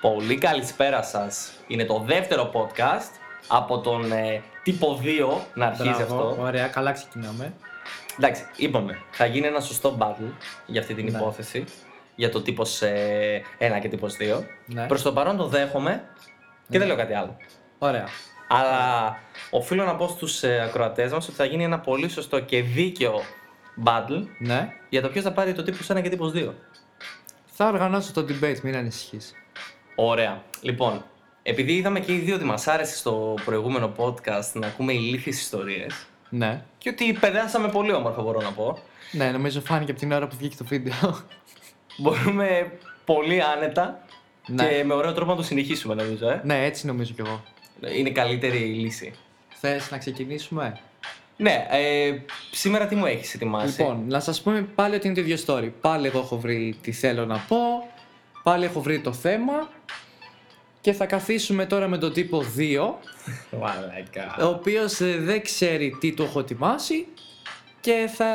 Πολύ καλησπέρα σας. Είναι το δεύτερο podcast από τον ε, τύπο 2 να αρχίζει Μπράβο, αυτό. Ωραία, καλά ξεκινάμε. Εντάξει, είπαμε, θα γίνει ένα σωστό battle για αυτή την Ναι. υπόθεση. Για το τύπος 1 και τύπος 2. Ναι. Προς το παρόν το δέχομαι και δεν λέω κάτι άλλο. Ωραία. Αλλά οφείλω να πω στους ε, ακροατές μας ότι θα γίνει ένα πολύ σωστό και δίκαιο battle Ναι. για το ποιος θα πάρει το τύπος 1 και τύπος 2. Θα οργανώσω το debate, μην ανησυχείς. Ωραία. Λοιπόν, επειδή είδαμε και οι δύο ότι μας άρεσε στο προηγούμενο podcast να ακούμε ηλίθιες ιστορίες Ναι. και ότι περάσαμε πολύ όμορφα, μπορώ να πω. Ναι, νομίζω φάνηκε από την ώρα που βγήκε το βίντεο. Μπορούμε πολύ άνετα Ναι. και με ωραίο τρόπο να το συνεχίσουμε, νομίζω. Ε. ναι, έτσι νομίζω κι εγώ. Είναι καλύτερη η λύση. Θες να ξεκινήσουμε. Ναι, ε, σήμερα τι μου έχεις ετοιμάσει. Λοιπόν, να σας πούμε πάλι ότι είναι το ίδιο story. Πάλι εγώ έχω βρει τι θέλω να πω. Πάλι έχω βρει το θέμα. Και θα καθίσουμε τώρα με τον τύπο 2, ο Μαλάκα. οποίος ε, δεν ξέρει τι του έχω ετοιμάσει και θα,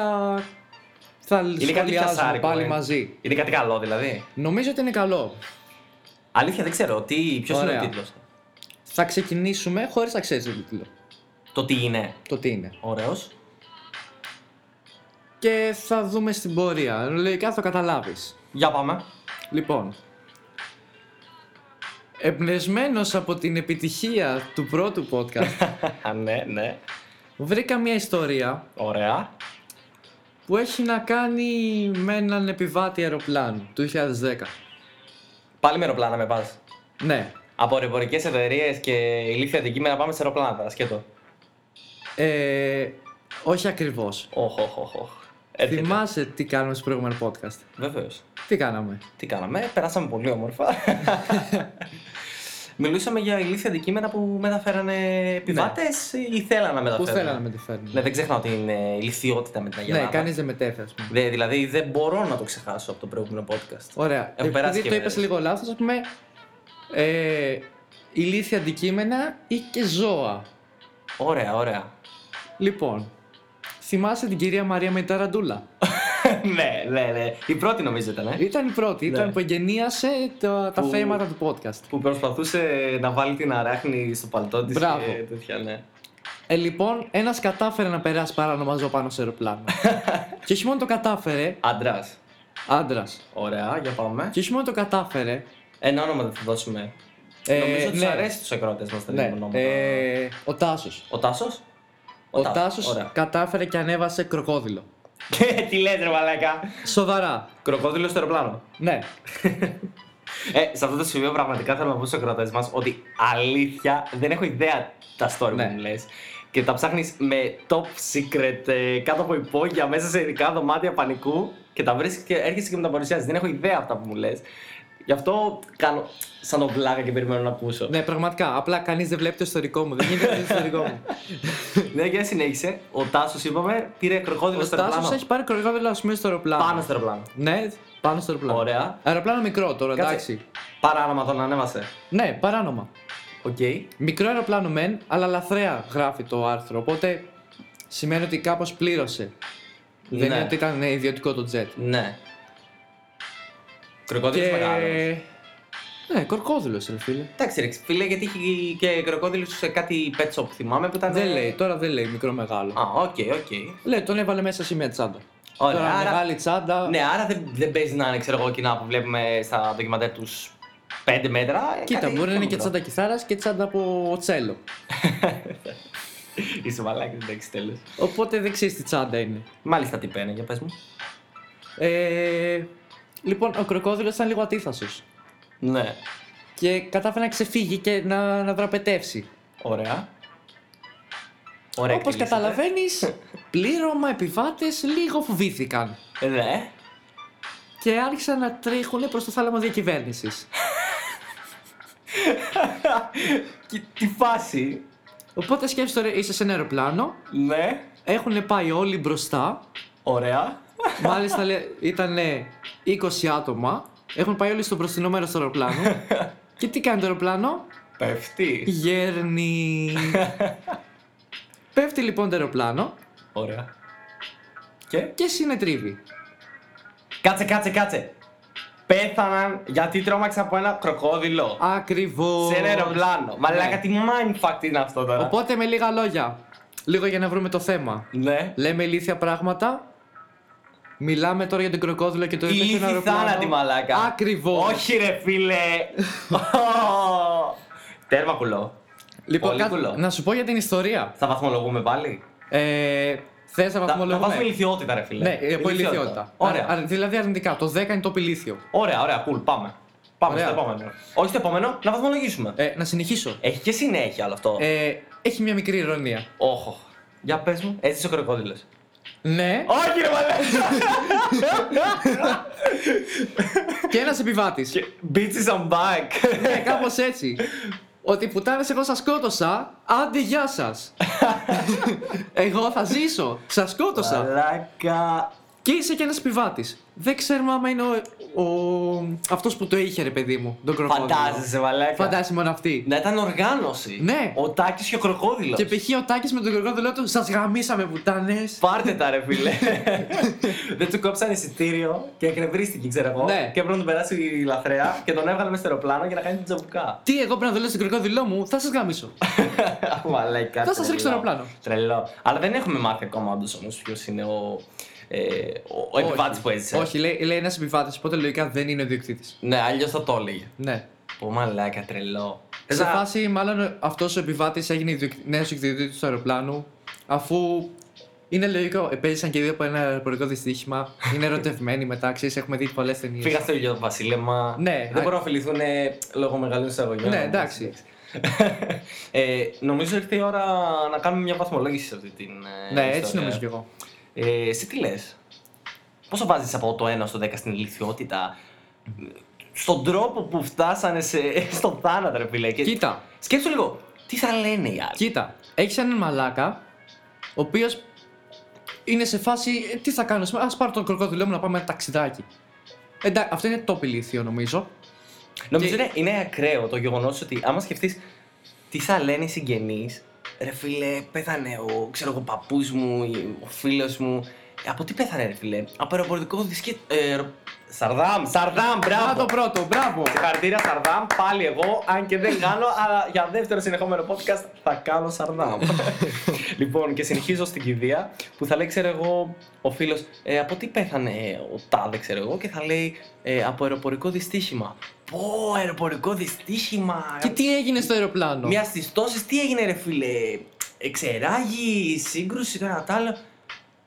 θα σχολιάζουμε πιασάρικο, πάλι ε. μαζί. Είναι κάτι καλό, δηλαδή. Νομίζω ότι είναι καλό. Αλήθεια, δεν ξέρω. Τι... Ποιος είναι ο Ωραία. τίτλος. Θα ξεκινήσουμε χωρίς να ξέρεις τον τίτλο. Το τι είναι. Το τι είναι. Ωραίος. Και θα δούμε στην πορεία. Λογικά θα το καταλάβεις. Για πάμε. Λοιπόν. Εμπνευσμένος από την επιτυχία του πρώτου podcast, ναι, ναι. βρήκα μια ιστορία Ωραία. που έχει να κάνει με έναν επιβάτη αεροπλάνου του 2010. Πάλι με αεροπλάνα με πας. Ναι. Από αεροπορικές εταιρείες και ηλίθια αντικείμενα πάμε σε αεροπλάνα. τώρα, Σκέτο. Ε, όχι ακριβώς. Οχ, οχ, οχ, οχ. Έρχεται. Θυμάσαι τι κάναμε στο προηγούμενο podcast. Βεβαίως. Τι κάναμε. Τι κάναμε, περάσαμε πολύ όμορφα. Μιλούσαμε για ηλίθια αντικείμενα που μεταφέρανε επιβάτες ή θέλανε να Πού μεταφέρουν. Ναι. θέλανε να με τη φέρνουν. Ναι, δεν ξεχνάω την ε, ηλικιότητα με την Αγιανάδα. Ναι, κανείς δεν μετέφερε, ας πούμε. Δε- δηλαδή δεν μπορώ να το ξεχάσω από το προηγούμενο podcast. Ωραία. περάσει και Επειδή το είπες μέρες. λίγο λάθος, ας πούμε. Ε, ηλίθια αντικείμενα ή και ζώα. Ωραία, ωραία. Λοιπόν, θυμάσαι την κυρία Μαρία με την ταραντούλα. ναι, ναι, ναι. Η πρώτη νομίζω ήταν. Ε, ήταν η πρώτη, Ναι. ήταν που εγγενίασε τα, τα Που- θέματα του podcast. που προσπαθούσε να βάλει την αράχνη στο παλτό της. Μπράβο. Και τέτοια, ναι. Ε, λοιπόν, ένας κατάφερε να περάσει παράνομα ζώο πάνω σε αεροπλάνο. και όχι μόνο το κατάφερε, Άντρας. άντρας. Ωραία, για πάμε. Και όχι μόνο το κατάφερε. Ένα όνομα δεν θα δώσουμε. Ε, Νομίζω ότι ναι. ναι. αρέσει τους ακροατές μας τα Ναι, ναι. ονόματα. ε, ο Τάσος. Ο Τάσος. Ο, Τάσος Ωραία. κατάφερε και ανέβασε κροκόδιλο. Και τι λες, ρε Μαλάκα. Σοβαρά. Κροκόδιλο στο αεροπλάνο. Ναι. Ε, σε αυτό το σημείο πραγματικά θέλω να πω στους ακροατές μας ότι αλήθεια δεν έχω ιδέα τα story Ναι. που μου λες. Και τα ψάχνεις με top secret ε, κάτω από υπόγεια μέσα σε ειδικά δωμάτια πανικού και τα βρίσκεις και έρχεσαι και μου τα παρουσιάζεις. Δεν έχω ιδέα αυτά που μου λες. Γι' αυτό κάνω σαν τον βλάκα και περιμένω να ακούσω. Ναι, πραγματικά. Απλά κανείς δεν βλέπει το ιστορικό μου. Δεν γίνεται το ιστορικό μου. Ναι, και συνέχισε. Ο Τάσος, είπαμε, πήρε κροκόδιλο Ο στο αεροπλάνο. Τάσος έχει πάρει κροκόδιλο, ας πούμε, στο αεροπλάνο. Πάνω στο αεροπλάνο. Ναι, πάνω στο αεροπλάνο. Ωραία. Αεροπλάνο μικρό τώρα, Κάτσε. εντάξει. Παράνομα τον ανέβασε. Ναι, παράνομα. Οκ. Μικρό αεροπλάνο μεν, αλλά λαθρέα γράφει το άρθρο. Οπότε σημαίνει ότι κάπως πλήρωσε. Ναι. Δεν είναι ότι ήταν ναι, ιδιωτικό το jet. Ναι. Κροκόδιλο μεγάλος. Ναι, κορκόδιλο, ρε φίλε. Εντάξει, ρε φίλε, γιατί είχε και κροκόδιλο σε κάτι pet shop θυμάμαι που ήταν. Δεν λέει, τώρα δεν λέει μικρό μεγάλο. Α, οκ, οκ. Λέει, τον έβαλε μέσα σε μια τσάντα. Ωραία, τώρα άρα- μεγάλη τσάντα. Ναι, άρα δεν, δεν παίζει να είναι, ξέρω εγώ, κοινά που βλέπουμε στα ντοκιμαντέρ τους 5 μέτρα. Ε, Κοίτα, κάτι μπορεί να είναι και μικρό. τσάντα κιθάρας και τσάντα από τσέλο. Είσαι μαλάκι, εντάξει, τέλος. Οπότε δεν ξέρεις τι τσάντα είναι. Μάλιστα, τι παίρνει, για πες μου. Ε, λοιπόν, ο κροκόδιλο ήταν λίγο αντίθασος Ναι, Και κατάφερε να ξεφύγει και να, να δραπετεύσει. ωραία. Ωραία. Όπως εκτελήσατε. καταλαβαίνεις, πλήρωμα επιβάτες λίγο φοβήθηκαν. Ναι. Και άρχισαν να τρέχουν προς το θάλαμο διακυβέρνησης. Και τη φάση. Οπότε σκέψτε τώρα, είσαι σε ένα αεροπλάνο, Ναι. έχουν πάει όλοι μπροστά. Ωραία. Μάλιστα ήταν 20 άτομα. Έχουν πάει όλοι στο μπροστινό μέρο του αεροπλάνου. και τι κάνει το αεροπλάνο, Πέφτει. Γέρνει. Πέφτει λοιπόν το αεροπλάνο Ωραία. Και. και συνετρίβει. Κάτσε, κάτσε, κάτσε. πέθαναν γιατί τρόμαξαν από ένα κροκόδιλο. Ακριβώς. Σε ένα αεροπλάνο. Μαλάκα Ναι. τι mindfuck είναι αυτό τώρα. Οπότε με λίγα λόγια. Λίγο για να βρούμε το θέμα. Ναι. Λέμε ηλίθια πράγματα. Μιλάμε τώρα για τον κροκόδιλο και το Η είπε ήθη στον αεροπλάνο. θάνατη μαλάκα. Ακριβώς. Όχι ρε φίλε. Τέρμα κουλό. Λοιπόν, Πολύ κα- κουλό. να σου πω για την ιστορία. Θα βαθμολογούμε πάλι. Ε, Θες να Θα- Θα βαθμολογούμε. βάζουμε ηλικιότητα, ρε φίλε. Ναι, από ηλικιότητα. Ωραία. Άρα, δηλαδή αρνητικά. Το 10 είναι το πηλήθιο. Ωραία, ωραία, cool. Πάμε. Πάμε Ωραία. στο επόμενο. Όχι στο επόμενο, να βαθμολογήσουμε. Ε, να συνεχίσω. Έχει και συνέχεια όλο αυτό. Ε, έχει μια μικρή ηρωνία. Όχο. Για πες μου, έτσι ο κροκόδηλος. Ναι, Όχι, ρε μαλάκα. και ένας επιβάτης. Bitches, I'm back. Ναι, κάπως έτσι. Ότι πουτάνε, εγώ σας σκότωσα. Άντε, γεια σας. εγώ θα ζήσω. Σας σκότωσα. Μαλάκα. και είσαι και ένας επιβάτης. Δεν ξέρουμε άμα είναι ο. ο... αυτός που το είχε, ρε παιδί μου. Τον κροκόδιλο. Φαντάζεσαι, μαλάκα. Φαντάζεσαι μόνο αυτή. Να ήταν οργάνωση. Ναι. Ο Τάκης και ο κροκόδηλος. Και π.χ. ο Τάκης με τον κροκόδιλο του. Σας γαμίσαμε, πουτάνε. Πάρτε τα ρε φίλε. Δεν του κόψαν εισιτήριο και εκνευρίστηκε, ξέρω εγώ. Ναι. Και έπρεπε να τον περάσει λαθρέα και τον έβγαλε μέσα στο αεροπλάνο για να κάνει την τζαμπουκά. Τι, εγώ πρέπει να δουλέψω στον κροκόδιλο μου, θα σας γαμίσω. Μαλάκα. Θα σας τρελό. ρίξω το αεροπλάνο. Τρελό. Αλλά δεν έχουμε μάθει ακόμα όντως όμως ποιος είναι ο, ε, ο, ο επιβάτη Όχι. που έζησε. Όχι, λέει, λέει ένας επιβάτης, οπότε λογικά δεν είναι ο διοκτήτης. Ναι, αλλιώς θα το έλεγε. Ναι. Πω μαλάκα, τρελό. Σε φάση, μάλλον αυτός ο επιβάτης έγινε νέο εκδιοκτήτη του αεροπλάνου, αφού είναι λογικό. ε, Παίζησαν και οι δύο από ένα αεροπορικό δυστύχημα. Είναι ερωτευμένοι μετά, ξέρεις, έχουμε δει πολλές ταινίες. Φύγα στο ηλιο βασίλεμα. Ναι, Δεν α- μπορώ να φιληθούν ε, λόγω μεγάλων εισαγωγών. Ναι, εντάξει. ε, νομίζω ήρθε η ώρα να κάνουμε μια βαθμολόγηση σε αυτή την. ε, Ναι, έτσι ιστορία. νομίζω κι εγώ. Ε, εσύ τι λες. Πόσο βάζεις από το 1 στο 10 στην ηλικιότητα, στον τρόπο που φτάσανε σε, στον θάνατο, ρε φίλε. Και... Κοίτα, Σκέψου λίγο, τι θα λένε οι άλλοι. κοίτα. Έχεις έναν μαλάκα, ο οποίος είναι σε φάση. «Ε, Τι θα κάνω, ας πάρω τον κροκόδιλό μου να πάμε ένα ταξιδάκι. Εντάξει, αυτό είναι το πηλήθιο νομίζω. Νομίζω και- είναι, είναι ακραίο το γεγονός ότι άμα σκεφτείς τι θα λένε οι συγγενείς, ρε φίλε, πέθανε ο, ξέρω εγώ, παππούς μου, ή ο φίλος μου. Ε, Από τι πέθανε, ρε φίλε, από αεροπορικό δισκέτ. Ε, ρο- Σαρδάμ, Σαρδάμ, Α, μπράβο! το πρώτο, μπράβο! Συγχαρητήρια Σαρδάμ, πάλι εγώ, αν και δεν κάνω, αλλά για δεύτερο συνεχόμενο podcast θα κάνω Σαρδάμ. λοιπόν, και συνεχίζω στην κηδεία που θα λέει, ξέρω εγώ, ο φίλος, ε, από τι πέθανε ε, ο Τάδε, ξέρω εγώ, και θα λέει ε, από αεροπορικό δυστύχημα. Πω, αεροπορικό δυστύχημα! Και τι έγινε στο αεροπλάνο. Μια στι τόσε, τι έγινε, ρε φίλε, εξεράγη, σύγκρουση, το ένα το άλλο.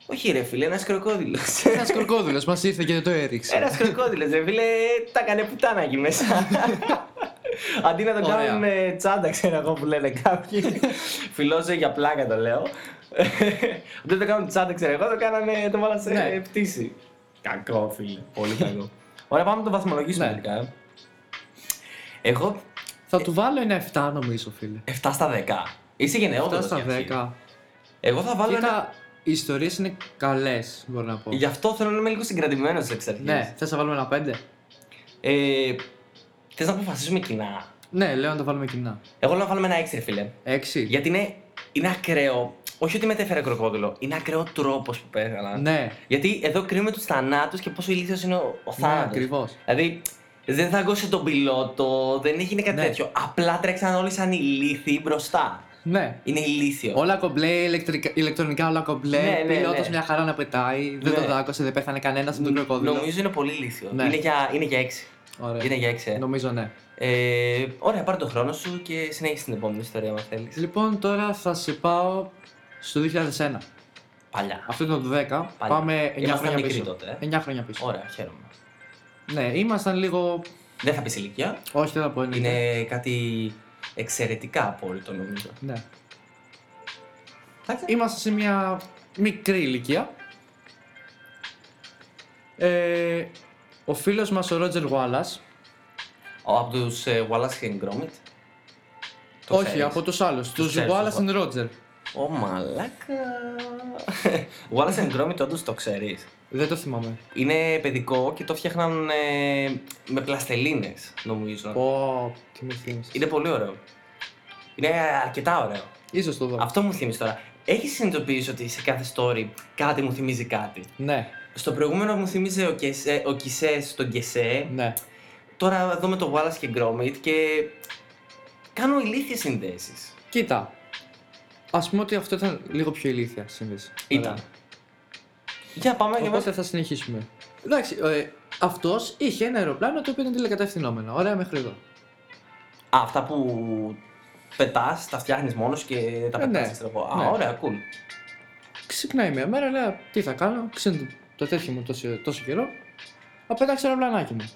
Όχι, ρε φίλε, ένας κροκόδηλος. Ένας κροκόδιλο μας ήρθε και δεν το έριξε. Ένα κροκόδιλο, ρε φίλε, τα έκανε πουτάνα εκεί μέσα. Αντί να τον Ωραία. κάνουν ε, τσάντα, ξέρω εγώ που λένε κάποιοι. Φιλόζω για πλάκα το λέω. Δεν το κάνουν τσάντα, ξέρω εγώ, το κάνανε, το βάλανε σε Ναι. πτήση. Κακό, φίλε. Πολύ κακό. Ωραία, πάμε να το βαθμολογήσουμε Ναι. τελικά. ε. Εγώ Θα του βάλω ένα 7 νομίζω, φίλε. 7 στα 10. Είσαι 7 γενναιόδωρος. στα για αρχή. 10. Εγώ θα βάλω ένα. Κοίτα, οι ιστορίες είναι καλές, μπορώ να πω. Γι' αυτό θέλω να είμαι λίγο συγκρατημένος εξ αρχής. Ναι, θες να βάλουμε ένα 5. Ε, Θες να αποφασίσουμε κοινά. Ναι, λέω να το βάλουμε κοινά. Εγώ λέω να βάλουμε ένα 6, ρε φίλε. 6. Γιατί είναι, είναι ακραίο. Όχι ότι μετέφερε κροκόδιλο, είναι ακραίο τρόπος που πέθαναν. Ναι, Γιατί εδώ κρίνουμε τους θανάτους και πόσο ηλίθιος είναι ο, ο ναι θάνατος. ακριβώς. δηλαδή δεν δάγκωσε τον πιλότο, δεν έγινε κάτι Ναι. τέτοιο. Απλά τρέξαν όλοι σαν ηλίθιοι μπροστά. Ναι. Είναι ηλίθιο. Όλα κομπλέ, ηλεκτρικα- ηλεκτρονικά όλα κομπλέ. Ναι, ναι, πιλότος ναι. μια χαρά να πετάει. Δεν Ναι. το δάκωσε, δεν πέθανε κανένας από τον κροκόδιλο. Νομίζω είναι πολύ ηλίθιο. Ναι. Είναι, για, είναι για έξι. Ωραία. Είναι για έξι. ε. Νομίζω ναι. Ε, ωραία, πάρε τον χρόνο σου και συνέχισε την επόμενη ιστορία, αν θέλεις. Λοιπόν, τώρα θα σε πάω στο 2001. Παλιά. Αυτό ήταν το 10. Παλιά. Πάμε 9 Ήμασταν χρόνια μικροί πίσω. τότε, ε. 9 χρόνια πίσω. Ωραία, χαίρομαι. Ναι, ήμασταν λίγο. Δεν θα πεις ηλικία. Όχι, δεν θα πω ενήλικα. Είναι κάτι εξαιρετικά απόλυτο νομίζω. Ναι. Εντάξει. Είμαστε σε μια μικρή ηλικία. Ε, ο φίλος μας ο Ρότζερ Γουάλλας, Ο, από τους Wallace και Gromit. Το όχι ξέρεις. από τους άλλους, τους ξέρεις, Wallace τους and Roger. Ω μαλάκα. Wallace and Gromit, όντως το ξέρεις. Δεν το θυμάμαι. Είναι παιδικό και το φτιάχναν ε, με πλαστελίνες, νομίζω. Πω, τι μου θύμισες. Είναι πολύ ωραίο. Είναι αρκετά ωραίο. Ίσως το δω. Αυτό μου θυμίζει τώρα. Έχεις συνειδητοποιήσει ότι σε κάθε story κάτι μου θυμίζει κάτι. Ναι. Στο προηγούμενο μου θύμιζε ο, Κεσέ, ο Κισέ στον Κεσέ. Ναι. Τώρα εδώ με τον Wallace και Gromit και κάνω ηλίθιες συνδέσεις. Κοίτα. Ας πούμε ότι αυτό ήταν λίγο πιο ηλίθια σύνδεση. Ήταν. Αλλά- Για πάμε για Οπότε θα συνεχίσουμε. Εντάξει, ε, αυτός είχε ένα αεροπλάνο το οποίο ήταν τηλεκατευθυνόμενο. Ωραία, μέχρι εδώ. Α, αυτά που πετάς, τα φτιάχνεις μόνος και τα Ε, ναι. πετάς, ξέρω εγώ. Α, Ναι. ωραία, cool. Ξυπνάει μια μέρα, λέω τι θα κάνω, ξύνω το τέτοιο μου τόσο, τόσο καιρό. Απέταξε ένα πλανάκι μου.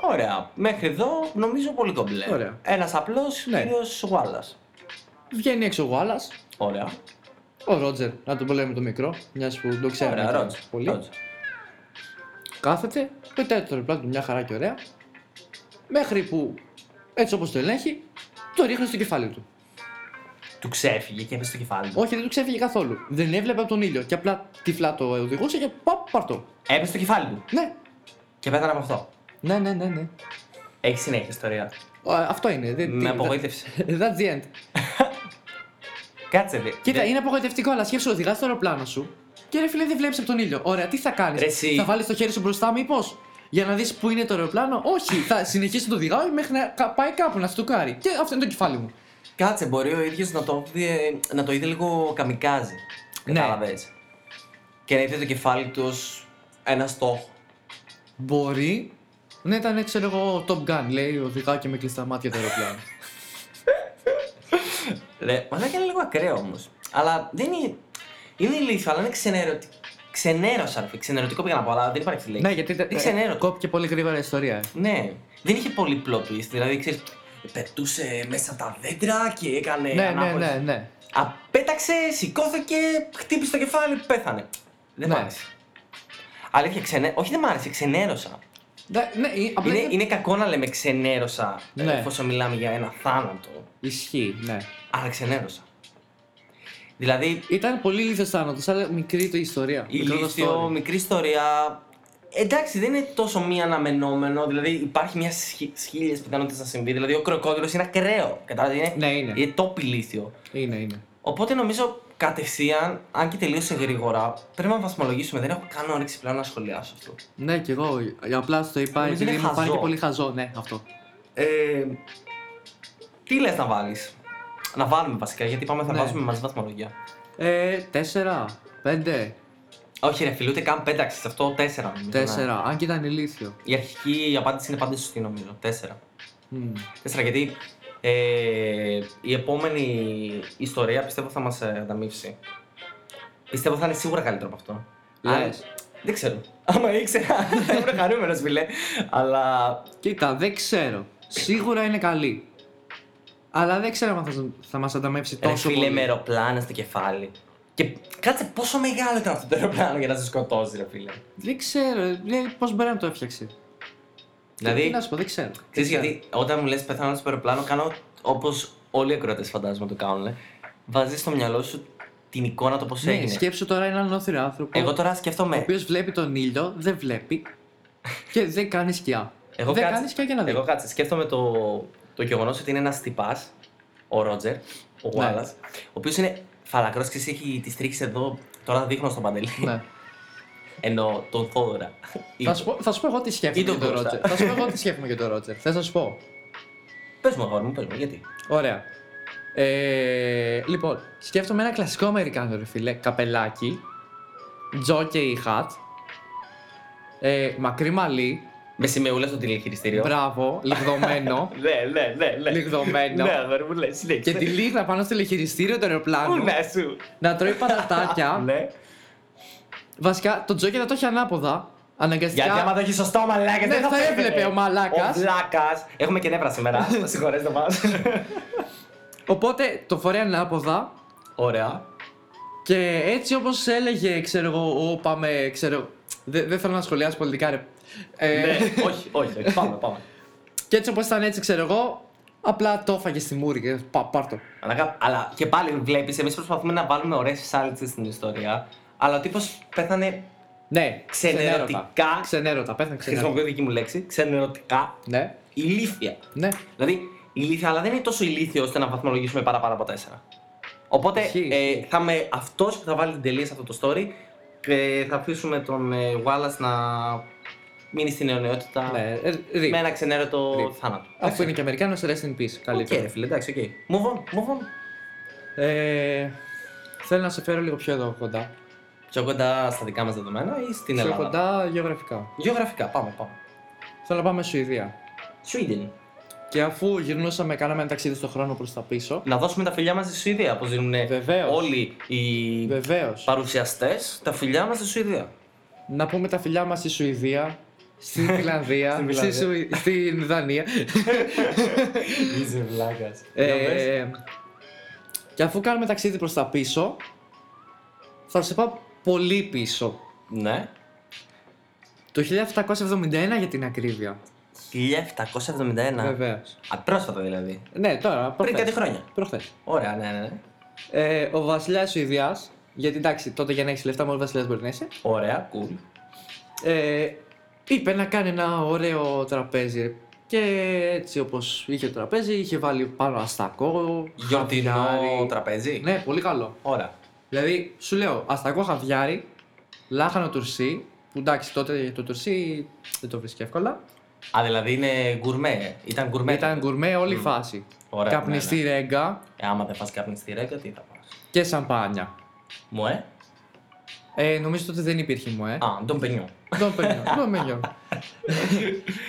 Ωραία. Μέχρι εδώ νομίζω πολύ κομπλέ. Ωραία. Ένας απλός Ναι. κύριος Wallace. Βγαίνει έξω ο Γουάλλας, Ωραία. ο Ρότζερ, να τον λέμε το μικρό, μιας που το ξέρουμε Ωραία, και Ρότζ. ναι, πολύ. Ρότζ. Κάθεται, πετάει το αεροπλάνο του μια χαρά και ωραία. Μέχρι που, έτσι όπως το ελέγχει, το ρίχνει στο κεφάλι του. Του ξέφυγε και έπεσε στο κεφάλι του. Όχι, δεν του ξέφυγε καθόλου. Δεν έβλεπε από τον ήλιο και απλά τυφλά το οδηγούσε και παπ, πάρτο. Έπεσε στο κεφάλι του Ναι, και πέθανε από αυτό. ναι, ναι, ναι. ναι. Έχει συνέχεια ιστορία. Ε, Αυτό είναι. Δεν, τι- Με απογοήτευσε. That's the end. Κάτσε δε. Κοίτα, δε- είναι απογοητευτικό, αλλά σκέψου οδηγάς το αεροπλάνο σου και ρε φίλε δεν βλέπεις από τον ήλιο. Ωραία, τι θα κάνεις. Ρε εσύ. Θα βάλεις το χέρι σου μπροστά, μήπως. Για να δεις που είναι το αεροπλάνο. Όχι, θα συνεχίσει να το οδηγάω μέχρι να κα- πάει κάπου να στουκάρει. Και αυτό είναι το κεφάλι μου. Κάτσε, μπορεί ο ίδιος να, το είδε- να το είδε λίγο καμικάζι. Ναι. Κατάλαβες. Και να είδε το κεφάλι του ως ένα στόχο. Μπορεί να ήταν, ξέρω εγώ, Top Gun, λέει, οδηγάω και με κλειστά μάτια το αεροπλάνο. Ρε, μα είναι λίγο ακραίο όμως. Αλλά δεν είναι. Είναι ηλίθιο, αλλά είναι ξενέρωτη. Ξενέρος, αρφή. Ξενερωτικό πήγα να πω, αλλά δεν υπάρχει λέξη. ναι, γιατί ήταν. Είναι ξενέρωτο. Κόπηκε πολύ γρήγορα η ιστορία. ε. Ναι. Δεν είχε πολύ plot twist, δηλαδή ξέρεις. Πετούσε μέσα από τα δέντρα και έκανε. Ναι, ναι, ανάποδες. ναι, ναι. Απέταξε, σηκώθηκε, χτύπησε το κεφάλι, πέθανε. Δεν μ' Ναι. άρεσε. Αλήθεια, ξενέ... Όχι, δεν μ' άρεσε, ξενέρωσα. Ναι, ναι, ε, απλά Είναι, ήταν- είναι κακό να λέμε ξενέρωσα Ναι. ε, εφόσον μιλάμε για ένα θάνατο. Ισχύει, ναι. Αλλά ξενέρωσα. Δηλαδή, Ήταν πολύ λίθος θάνατος, αλλά μικρή το ιστορία. Μικρό το ηλίθιο, story. μικρή ιστορία. Εντάξει, δεν είναι τόσο μη αναμενόμενο. Δηλαδή, υπάρχει μια χίλιε πιθανότητες να συμβεί. Δηλαδή, ο κροκόδηλος είναι ακραίο. Κατάλαβες. Είναι, Ναι, είναι. είναι top ηλίθιο. Είναι, είναι. Οπότε νομίζω κατευθείαν, αν και τελείωσε γρήγορα, πρέπει να βαθμολογήσουμε. Δεν έχω καν όρεξη πλέον να σχολιάσω αυτό. Ναι, κι εγώ. ε, Απλά στο είπα Νομίζω επειδή είναι μου φάνηκε χαζό. πολύ χαζό, ναι, αυτό. Ε, τι λες να βάλεις. Να βάλουμε βασικά, γιατί πάμε θα Ναι. βάζουμε μαζί βαθμολογία. Ε, τέσσερα, πέντε, Όχι, ρε φίλε, ούτε καν πέταξε σε αυτό. Τέσσερα. νομίζω, ναι. τέσσερα. Αν και ήταν ηλίθιο. Η αρχική απάντηση είναι πάντα σωστή, νομίζω. Τέσσερα. Μμμ. Τέσσερα, γιατί ε, η επόμενη ιστορία πιστεύω θα μας ανταμείψει. Πιστεύω θα είναι σίγουρα καλύτερο από αυτό. Λες. Αν- Δεν ξέρω. Άμα ήξερα, θα ήμουν χαρούμενος, φίλε. Αλλά Κοίτα, δεν ξέρω. Σίγουρα είναι καλή. Αλλά δεν ξέρω αν θα, θα μας ανταμεύσει Ρε τόσο φίλε, πολύ. με αεροπλάνα στο κεφάλι. Και κάτσε πόσο μεγάλο ήταν αυτό το αεροπλάνο για να σε σκοτώσει, ρε φίλε. Δεν ξέρω. Πώς μπορεί να το έφτιαξε. Τι Δηλαδή, να σου πω, δεν ξέρω. Δεν ξέρεις ξέρω. γιατί όταν μου λες πεθάνω στο αεροπλάνο, κάνω όπως όλοι οι ακροατές φαντάζομαι το κάνουν. Βάζεις στο μυαλό σου την εικόνα το πώς Ναι, έγινε. σκέψου τώρα έναν όθριο άνθρωπο. Εγώ τώρα Ο σκέφτομαι. οποίος βλέπει τον ήλιο, δεν βλέπει. και δεν κάνει σκιά. Εγώ δεν κάτσε- κάνει σκιά για να δει. Εγώ κάτσε, σκέφτομαι το, το γεγονός ότι είναι ένας τυπάς, ο Ρότζερ, ο Ναι. Γουάλλα, ο οποίος είναι φαλακρός και έχει τις τρίξει εδώ. Τώρα δείχνω στον παντελή. Ναι. Εννοώ τον Θόδωρα. Θα σου, πω, θα σου πω εγώ τι σκέφτομαι Ή τον για τον Κώστα. Ρότζερ. θα σου πω εγώ τι σκέφτομαι για τον Ρότζερ. Θες να σου πω. Πες μου, αγόρι μου, πες μου, γιατί. Ωραία. Ε, λοιπόν, σκέφτομαι ένα κλασικό Αμερικάνο ρε φίλε. Καπελάκι, τζόκεϊ χατ, ε, μακρύ μαλλί, Με σημεούλα στο τηλεχειριστήριο. μπράβο, λιγδωμένο. Ναι, ναι, ναι, ναι. Λιγδωμένο. Ναι, αγόρι μου, λες, συνέχισε. και τη λίγνα πάνω στο ελεγχειριστήριο του αεροπλάνου. Κούνα σου. να τρώει πατατάκια. Ναι. Βασικά, το τζόκερ θα το έχει ανάποδα. Αναγκαστικά. Γιατί άμα το έχεις σωστό, ο μαλάκας Ναι, δεν θα πέθαινε. έβλεπε ο μαλάκας. Ο βλάκας. Έχουμε και νεύρα σήμερα. Με συγχωρέστε μας. Οπότε το φορεί ανάποδα. Ωραία. Και έτσι όπως έλεγε, ξέρω εγώ, ο, πάμε, ξέρω. Δεν δεν θέλω να σχολιάσω πολιτικά, ρε. Ε, Ναι, όχι, όχι. όχι. Πάμε, πάμε. Και έτσι όπως ήταν έτσι, ξέρω εγώ, απλά το έφαγε στη μούρη και πα, πάρ' το. Μαλάκα, Αλλά και πάλι βλέπεις, εμείς προσπαθούμε να βάλουμε ωραίες σάλτσες στην ιστορία. Αλλά ο τύπος πέθανε. Ναι, Ξενερωτικά. ξενέρωτα. Ξενέρωτα, πέθανε ξενέρωτα. Χρησιμοποιώ δική μου λέξη. Ξενερωτικά. Ναι, Ηλίθια. ναι. Δηλαδή, ηλίθια, αλλά δεν είναι τόσο ηλίθιο ώστε να βαθμολογήσουμε παραπάνω από 4. Οπότε Ισχύει, ε, θα είμαι αυτός που θα βάλει την τελεία σε αυτό το story. Και θα αφήσουμε τον ε, Wallace να μείνει στην αιωνιότητα Ναι, ε, ρίπ. με ένα ξενέρωτο Rip. θάνατο. Αφού είναι και Αμερικάνος, rest in peace. Οκ, Καλύτερα. ρε φίλε, εντάξει, οκ. Move on, move on. Ε, θέλω να σε φέρω λίγο πιο εδώ κοντά. Πιο κοντά στα δικά μας δεδομένα ή στην Πιο Ελλάδα. κοντά γεωγραφικά. Γεωγραφικά, πάμε, πάμε. Θέλω να πάμε στη Σουηδία. Sweden. Και αφού γυρνούσαμε, κάναμε ένα ταξίδι στον χρόνο προς τα πίσω. Να δώσουμε τα φιλιά μας στη Σουηδία, όπως δίνουν Βεβαίως. όλοι οι Βεβαίως. παρουσιαστές τα φιλιά μας στη Σουηδία. Να πούμε τα φιλιά μας στη Σουηδία, στην Φιλανδία, δηλαδή. Στην Φιλανδία. στη Σουη- στην Δανία. Είσαι βλάκας. Ε, και αφού κάνουμε ταξίδι προς τα πίσω, θα σε πάω πολύ πίσω. ναι. Το 1771 για την ακρίβεια. 1771. Βεβαίω. Απρόσφατα δηλαδή. Ναι, τώρα. Πριν προχθές. κάτι χρόνια. Προχθές. Ωραία, ναι, ναι. ναι. Ε, ο βασιλιάς Σουηδία, γιατί εντάξει, τότε για να έχεις λεφτά, μόνο βασιλιάς μπορεί να είσαι. Ωραία, cool. Ε, είπε να κάνει ένα ωραίο τραπέζι. Και έτσι όπως είχε το τραπέζι, είχε βάλει πάνω αστακό. Γιορτινό χαβιάρι. τραπέζι. Ναι, πολύ καλό. Ωραία. Δηλαδή, σου λέω, αστακό χαβιάρι, λάχανο τουρσί. Που εντάξει, τότε το τουρσί δεν το βρίσκει εύκολα. Α, δηλαδή είναι γκουρμέ. Ήταν γκουρμέ. Ήταν γκουρμέ όλη η Μμ. φάση. Ωραία, Καπνιστή ναι, ρέγγα Ε, άμα δεν φας καπνιστή ρέγκα, τι θα πας. και σαμπάνια. Μου ε. Ε, νομίζω τότε δεν υπήρχε μου, ε. Α, τον πενιό. Τον παίρνω, τον παίρνω.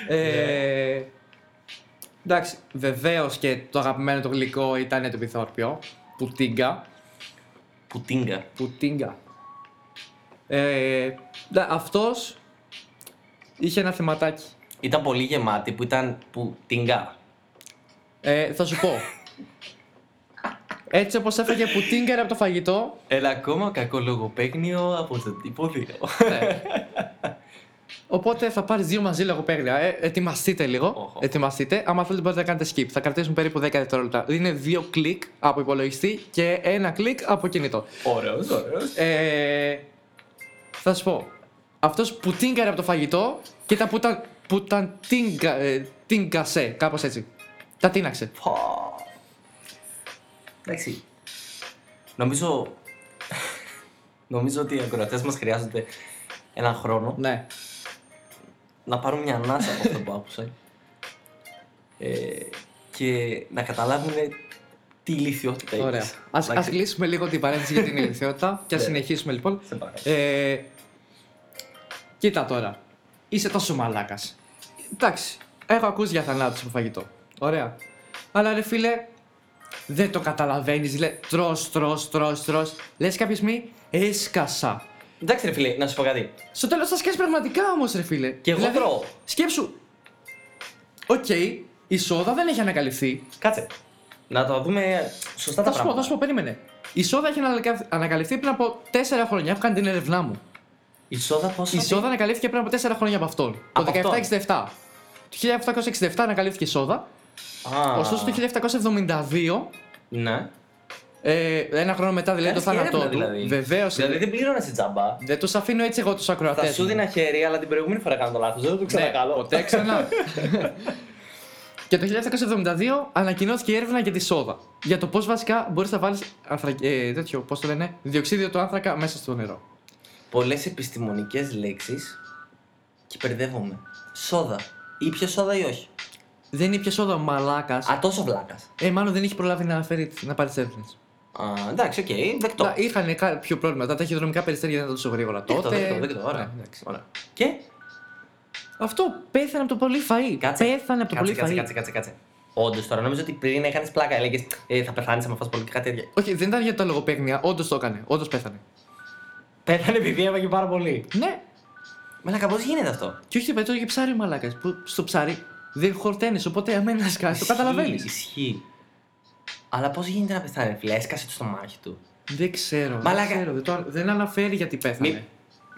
Ε, Εντάξει, βεβαίως και το αγαπημένο το γλυκό ήταν το πιθόρπιο. Πουτίνγκα. Πουτίνγκα. Πουτίνγκα. Ε, Αυτός είχε ένα θεματάκι. Ήταν πολύ γεμάτη που ήταν πουτίνγκα. Ε, θα σου πω. Έτσι όπως έφαγε πουτίνγκα από το φαγητό. Ένα ακόμα κακό λογοπαίγνιο από τον τύπο δύο. ναι. Οπότε θα πάρεις δύο μαζί λογοπαίγνια. Ε, ετοιμαστείτε λίγο. Οχο. Ετοιμαστείτε. Άμα θέλετε, μπορείτε να κάνετε skip. Θα κρατήσουν περίπου 10 δευτερόλεπτα. Είναι δύο κλικ από υπολογιστή και ένα κλικ από κινητό. Ωραίος, ωραίος. Ε, θα σου πω. Αυτός που τίνκαρε από το φαγητό και τα που τα, που τα τίνκα, ε, τίνκασε, κάπως έτσι. Τα τίναξε. Πω. Εντάξει. Νομίζω... Νομίζω ότι οι ακροατές μας χρειάζονται έναν χρόνο Ναι. να πάρουν μια ανάσα από αυτό που άκουσαν ε, και να καταλάβουν τι ηλικιότητα είπες. Ωραία. Ας, ας Εντάξει. κλείσουμε λίγο την παρένθεση για την ηλικιότητα και ας Ναι. συνεχίσουμε λοιπόν. Σε παρακαλώ. Ε, κοίτα τώρα. Είσαι τόσο μαλάκας. Εντάξει. Έχω ακούσει για θανάτους από φαγητό. Ωραία. Αλλά ρε φίλε, δεν το καταλαβαίνεις. Λε, τρώ, τρώ, τρώ, τρώ. Λες κάποια στιγμή, έσκασα. Εντάξει ρε φίλε, να σου πω κάτι. Στο τέλος θα σκέφτεσαι πραγματικά όμως, ρε φίλε. Δηλαδή, Και εγώ τρώω. Σκέψου. Οκ, η σόδα δεν έχει ανακαλυφθεί. Κάτσε. Να το δούμε σωστά τα Θα σου πω, θα πράγματα. σου πω, περίμενε. Η σόδα έχει ανακα- ανακαλυφθεί πριν από 4 χρόνια. Έχω κάνει την έρευνά μου. Η σόδα πόσο... Η σόδα ανακαλύφθηκε πριν από 4 χρόνια από αυτόν. Το Από αυτόν. 1767. Το 1867 ανακαλύφθηκε η σόδα. Α, Ωστόσο το 1772, Ναι. ε, ένα χρόνο μετά δηλαδή το Κάνεις και θάνατό έρευνα, του. Βεβαίως. Δηλαδή δεν πλήρωνες τζαμπά. Δεν τους αφήνω έτσι εγώ τους Θα ακροατέ. σου δίνα χέρι, αλλά την προηγούμενη φορά κάνω το λάθος. Δεν το Ναι, ξανακαλώ. ποτέ ξανά. και το 1772 ανακοινώθηκε η έρευνα για τη σόδα. Για το πώς βασικά μπορείς να βάλεις ε, τέτοιο, πώς το λένε, διοξίδιο του άνθρακα μέσα στο νερό. Πολλές επιστημονικές λέξεις και μπερδεύομαι. Σόδα. Ή πιο σόδα ή όχι. Δεν είναι πια σόδα ο μαλάκας. Α, τόσο βλάκας. Ε, μάλλον δεν είχε προλάβει να, φέρει, να πάρει τις έρευνες. Α, εντάξει, οκ, δεκτό. Να, είχαν κάποιο πρόβλημα. Τα ταχυδρομικά περιστέρια δεν ήταν τόσο γρήγορα Δεκτό, τότε. δεκτό, δεκτό. Ωραία. Ναι, εντάξει. Ωραία. Και. Αυτό πέθανε από το πολύ φαΐ. Κάτσε. Πέθανε από το κάτσε, πολύ κάτσε, φαΐ. κάτσε, κάτσε, κάτσε. Όντως τώρα, νόμιζα ότι πριν έκανε πλάκα. Έλεγες ε, θα πεθάνεις άμα φας πολύ και κάτι τέτοια. Όχι, δεν ήταν για τα λογοπαίγνια. Όντως το έκανε. Όντως πέθανε. Πέθανε επειδή έβαγε πάρα πολύ. Ναι. Μαλάκα, πώς γίνεται αυτό. Και όχι, πέτω για ψάρι μαλάκας. Που στο ψάρι δεν χορταίνεις. Οπότε αμένει να σκάσει. Το Ισχύει, καταλαβαίνεις. Ισχύει. Αλλά πώς γίνεται να πεθάνει, ρε φίλε, έσκασε το στομάχι του. Δεν ξέρω. Μαλάκα. Δεν, ξέρω. Δεν, το, δεν αναφέρει γιατί πέθανε. Μη...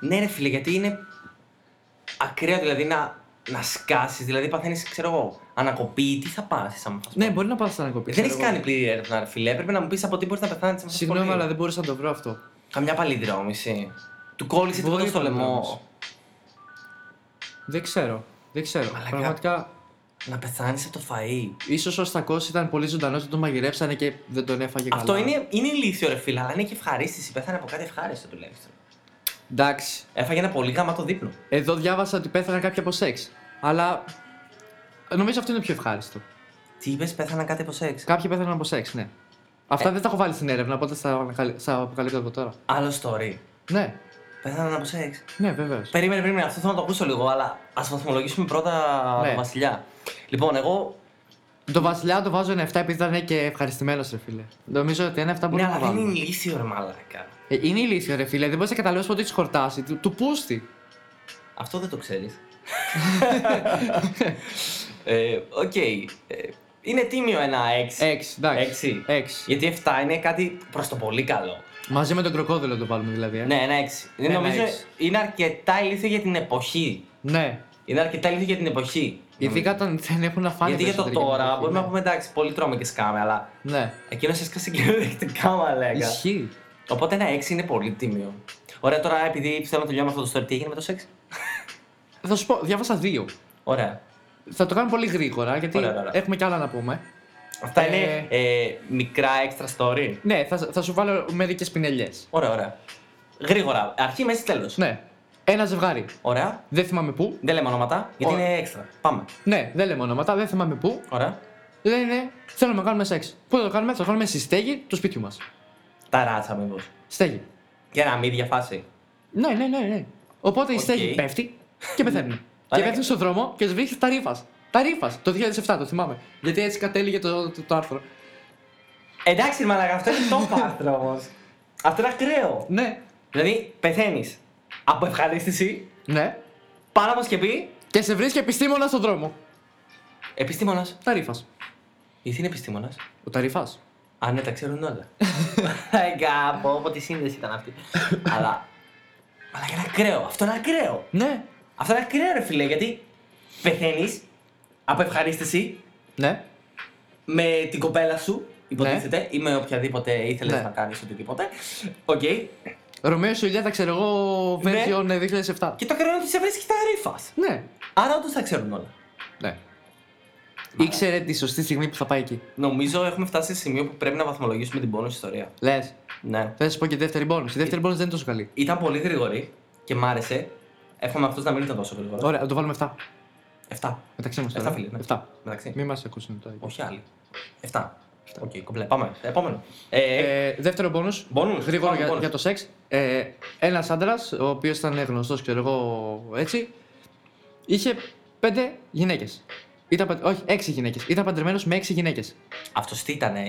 Ναι, ρε φίλε, γιατί είναι ακραίο δηλαδή να, να σκάσεις. Δηλαδή, παθαίνεις, ξέρω εγώ, ανακοπή. Τι θα πάθει άμα φας Ναι, πολύ. μπορεί να πάθει ανακοπή. Δεν ξέρω έχεις εγώ. κάνει πλήρη έρευνα, ρε φίλε. Έπρεπε να μου πεις από τι μπορείς να πεθάνεις. Συγγνώμη, αλλά δεν μπορούσα να το βρω αυτό. Καμιά παλιδρόμηση. Του κόλλησε Μπορεί τίποτα στο λαιμό. παλιδρόμηση. Δεν ξέρω. Δεν ξέρω. Μαλάκα. Πραγματικά Να πεθάνεις από το φαΐ. Ίσως ο Στακός ήταν πολύ ζωντανός, δεν τον μαγειρέψανε και δεν τον έφαγε Αυτό καλά. είναι, είναι ηλίθιο, ρε φίλε, αλλά είναι και ευχαρίστηση. Πέθανε από κάτι ευχάριστο τουλάχιστον. Εντάξει. Έφαγε ένα πολύ γαμάτο δείπνο. Εδώ διάβασα ότι πέθαναν κάποιοι από σεξ. Αλλά νομίζω αυτό είναι πιο ευχάριστο. Τι είπες, πέθαναν κάτι από σεξ. Κάποιοι πέθαναν από σεξ, ναι. Ε. Αυτά δεν τα έχω βάλει στην έρευνα, οπότε θα, ανακαλυ- θα αποκαλύπτω από τώρα. Άλλο story. Ναι, Πέθαναν από σεξ. ναι, βεβαίως. Περίμενε, περίμενε, αυτό θέλω να το ακούσω λίγο, αλλά ας βαθμολογήσουμε πρώτα Ναι. τον Βασιλιά. Λοιπόν, εγώ. Το βασιλιά το βάζω ένα 7 επειδή ήταν ναι, και ευχαριστημένος, ρε φίλε. Νομίζω ότι ένα 7 μπορεί Ναι, να αλλά δεν βάλουμε. είναι ηλίθιο, ρε μαλάκα. Ε, είναι ηλίθιο, ρε φίλε. Δεν μπορείς να καταλάβεις πότε έχεις χορτάσει. Του, του πούστη. Αυτό δεν το ξέρεις. ε, Οκ. Ε, είναι τίμιο ένα 6. 6, εντάξει. Έξι. 6. Γιατί 7 είναι κάτι προς το πολύ καλό. Μαζί με τον κροκόδιλο το βάλουμε δηλαδή. Ε. Ναι, ένα 6. Ένα Νομίζω έξι. είναι αρκετά ηλίθιο για την εποχή. ναι. Είναι αρκετά ηλίθιο για την εποχή. Ειδικά όταν δεν έχουν να φάνε. Γιατί για το περισσότεροι τώρα γενικοί, μπορούμε να ναι. πούμε εντάξει, πολύ τρώμε και σκάμε, αλλά Ναι. εκείνος έσκασε κυριολεκτικά μαλάκα. Ισχύει. Οπότε ένα 6 είναι πολύ τίμιο. Ωραία, τώρα επειδή θέλω να τελειώνουμε αυτό το story, τι έγινε με το σεξ. Θα σου πω, διάβασα δύο. Ωραία. Θα το κάνουμε πολύ γρήγορα γιατί Ωραία, ωραία. έχουμε κι άλλα να πούμε. Αυτά Ε, είναι ε, μικρά extra story. Ναι, θα, θα σου βάλω μερικές πινελιές. Ωραία, ωραία. Γρήγορα. Αρχή, μέση, τέλος. Ναι. Ένα ζευγάρι. Ωραία. Δεν θυμάμαι πού. Δεν λέμε ονόματα, γιατί Ωραία. είναι έξτρα. Πάμε. Ναι, δεν λέμε ονόματα, δεν θυμάμαι πού. Ωραία. Λένε, θέλουμε να κάνουμε σεξ. Πού θα το κάνουμε, θα το κάνουμε στη στέγη του σπιτιού μας. Τα ράτσα, μήπως. Στέγη. Για να μην διαφάσει. Ναι, ναι, ναι, ναι. Οπότε η Οκ. στέγη πέφτει και πεθαίνει. και Ωραία. πέφτει στον δρόμο και σβήχει τα ρήφα. Τα ρήφα. Το 2007 το θυμάμαι. Γιατί έτσι κατέληγε το, το, το άρθρο. Εντάξει, μαλακά, αυτό είναι το άρθρο όμως. Αυτό είναι ακραίο. Ναι. Δηλαδή, πεθαίνεις από ευχαρίστηση, Ναι. πάνω από σκεπή, Και σε βρίσκει επιστήμονας στον δρόμο. επιστήμονας. Τα ρήφα. Γιατί είναι επιστήμονας. Ο ταρήφα. Α, ναι, τα ξέρουν όλα. Εγκα, πω, πω, τι σύνδεση ήταν αυτή. Αλλά. Αλλά είναι ακραίο. Αυτό είναι ακραίο. Ναι. Αυτό είναι ακραίο, ρε φίλε, γιατί πεθαίνεις από ευχαρίστηση Ναι. με την κοπέλα σου, υποτίθεται, ή με οποιαδήποτε ήθελες Ναι. να κάνεις οτιδήποτε. Οκ. Ρωμαίο Ιουλιάτα, ξέρω εγώ, Ναι. version 2007. Και το ακραίο είναι ότι σε βρίσκει τα ρήφα. Ναι. Άρα όντως τα ξέρουν όλα. Ναι. Ήξερε τη σωστή στιγμή που θα πάει εκεί. Νομίζω έχουμε φτάσει σε σημείο που πρέπει να βαθμολογήσουμε την πόνο ιστορία. Λες. Ναι. Θα σου πω και δεύτερη bonus. Η δεύτερη bonus δεν είναι τόσο καλή. Ήταν πολύ γρήγορη και μ' άρεσε. Εύχομαι αυτός να μην ήταν τόσο γρήγορος. Ωραία, να το βάλουμε 7. 7. Μεταξύ μας Εφτά, τώρα. ε. φίλε, ναι. 7. Μεταξύ. Μην μας ακούσουν τώρα. Όχι άλλη. 7. Οκ, κομπλέ. Πάμε. Επόμενο. Ε, Ε, δεύτερο bonus. Bonus. Γρήγορα Πάμε, για, bonus. για το σεξ. Ε, Ένας άντρας, ο οποίος ήταν γνωστός, ξέρω εγώ έτσι, είχε πέντε γυναίκες. Ήταν, παν- όχι, έξι γυναίκες. Ήταν παντρεμένος με έξι γυναίκες. Αυτός τι ήταν, ε,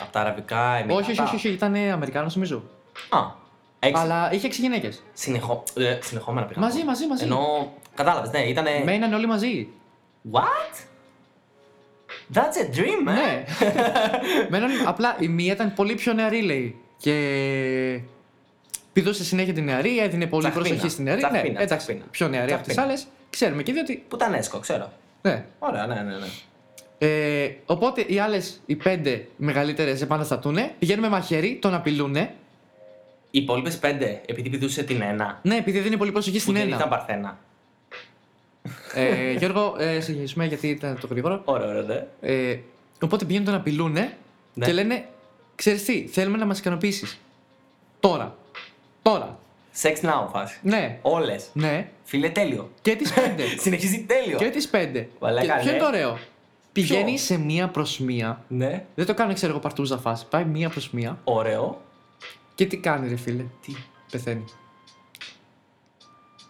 από τα αραβικά εμιράτα. Όχι, όχι, όχι, όχι, ήταν Αμερικάνος, νομίζω. Α, έξι. Αλλά είχε έξι γυναίκες. Συνεχώ... ε, συνεχόμενα πήγα. Μαζί, μαζί, μαζί. Ενώ, κατάλαβες, ναι, ήταν. Μέναν όλοι μαζί. What? That's a dream, ε? man. Ναι. Μέναν, απλά η μία ήταν πολύ πιο νεαρή, λέει. Και πηδούσε συνέχεια την νεαρή, έδινε πολύ Τσαχπίνα. προσοχή στην νεαρή. Τσαχπίνα, ναι, εντάξει, τσαχπίνα. πιο νεαρή από τις Τσαχπίνα. άλλες. Ξέρουμε και διότι. Που ήταν έσκο, ξέρω. Ναι. Ωραία, ναι, ναι, ναι. Ε, οπότε οι άλλες, οι πέντε μεγαλύτερες επαναστατούν, πηγαίνουν με μαχαίρι, τον απειλούν. Ναι, Οι υπόλοιπες πέντε, επειδή πηδούσε την ένα. επειδή δίνει πολύ προσοχή Που στην δεν ένα. ήταν παρθένα. Ε, Γιώργο, ε, συνεχίσουμε γιατί ήταν το γρήγορο. Ωραία, ωραία, ναι. Ε, οπότε πηγαίνουν τον απειλούν Ναι. και λένε, ξέρεις τι, θέλουμε να μας ικανοποιήσεις. Τώρα. Τώρα. Sex now, φάση. Ναι. Όλες. Ναι. Φίλε, τέλειο. Και τις πέντε. Συνεχίζει τέλειο. και τις πέντε. Βαλάκα, Και ποιο είναι ναι. το ωραίο. Πηγαίνει σε μία προς μία. Ναι. Δεν το κάνει, ξέρω εγώ, παρτούζα φάση. Πάει μία προς μία. Ωραίο. Και τι κάνει, ρε φίλε. Τι. Πεθαίνει.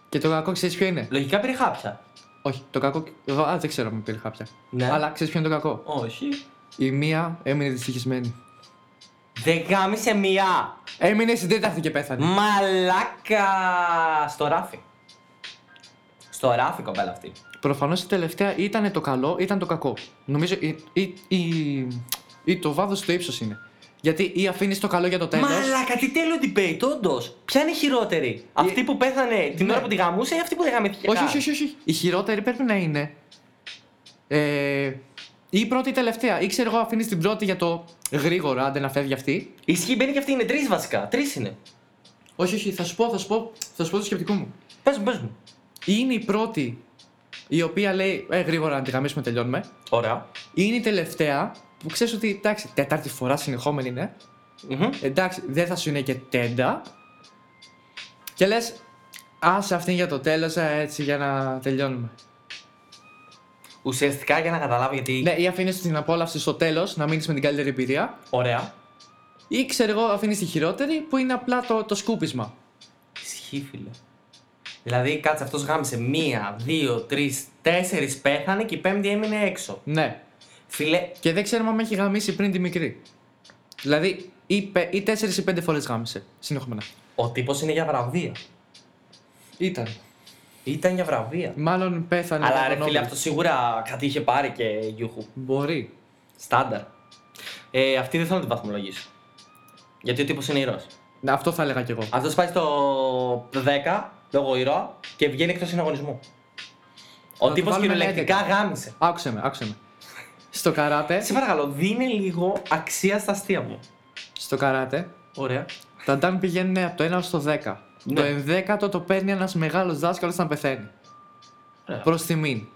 Και το κακό ξέρεις ποιο είναι. Λογικά πήρε χάπια. Όχι, το κακό. Α, δεν ξέρω αν πήρε χάπια. Ναι. Αλλά ξέρεις ποιο είναι το κακό. Όχι. Η μία έμεινε δυστυχισμένη. Δεν γάμισε μία. Έμεινε στην τέταρτη και πέθανε. Μαλάκα! Στο ράφι. Στο ράφι, κοπέλα αυτή. Προφανώς η τελευταία ήταν το καλό, ήταν το κακό. Νομίζω ή, ή, ή, ή το βάθος το ύψος είναι. Γιατί ή αφήνεις το καλό για το τέλος. Μαλάκα, τι τέλειο debate, όντως. Ποια είναι η χειρότερη, αυτή που πέθανε την Ναι. ώρα που τη γαμούσε ή αυτή που δεν γαμήθηκε. Όχι, καν? όχι, όχι, όχι. Η χειρότερη πρέπει να είναι. Ε, ή η πρώτη ή τελευταία. Ή ξέρω εγώ, αφήνεις την πρώτη για το γρήγορα, άντε να φεύγει αυτή. Ισχύει, μπαίνει και αυτή είναι τρεις βασικά. Τρεις είναι. Όχι, όχι, θα σου πω, θα σου πω, θα σου πω το σκεπτικό μου. Πες μου, πες μου. Ή είναι η πρώτη η οποία λέει ε, γρήγορα να τη γαμίσουμε, τελειώνουμε. ωραια Ή είναι η τελευταία που ξέρεις ότι εντάξει, τέταρτη φορά συνεχόμενη είναι. Εντάξει, δεν θα σου είναι και τέντα. Και λες, άσε αυτήν για το τέλος, έτσι για να τελειώνουμε. Ουσιαστικά για να καταλάβει γιατί. Ναι, ή αφήνεις την απόλαυση στο τέλος, να μείνεις με την καλύτερη εμπειρία. Ωραία. Ή ξέρω εγώ, αφήνεις τη χειρότερη που είναι απλά το, το σκούπισμα. Ισχύει, φίλε. Δηλαδή, κάτσε αυτός γάμισε μία, δύο, τρεις, τέσσερις πέθανε και η πέμπτη έμεινε έξω. Ναι. Φίλε, Και δεν ξέρουμε αν έχει γαμίσει πριν τη μικρή. Δηλαδή, ή, πε- ή τέσσερις ή πέντε φορές γάμισε. Συνεχόμενα. ο τύπος είναι για βραβεία. Ήταν. Ήταν για βραβεία. Μάλλον πέθανε. Αλλά από ρε τον φίλε, Νόμπελ. αυτό σίγουρα κάτι είχε πάρει και γιούχου. Μπορεί. Στάνταρ. Ε, αυτή δεν θέλω να την βαθμολογήσω. Γιατί ο τύπος είναι ήρωας. Ναι, αυτό θα έλεγα κι εγώ. Αυτός πάει στο 10 λόγω ήρωα και βγαίνει εκτός συναγωνισμού. Ο το τύπος βάλουμε ένα κυριολεκτικά γάμισε. Ε, Άκουσε με, άκουσε με. Στο καράτε, Σε παρακαλώ, δίνε λίγο αξία στα αστεία μου. στο καράτε, Ωραία. τα νταν πηγαίνουν από το 1 στο 10. Ναι. Το ενδέκατο το παίρνει ένας μεγάλος δάσκαλος όταν πεθαίνει. Ωραία. Προς τιμήν.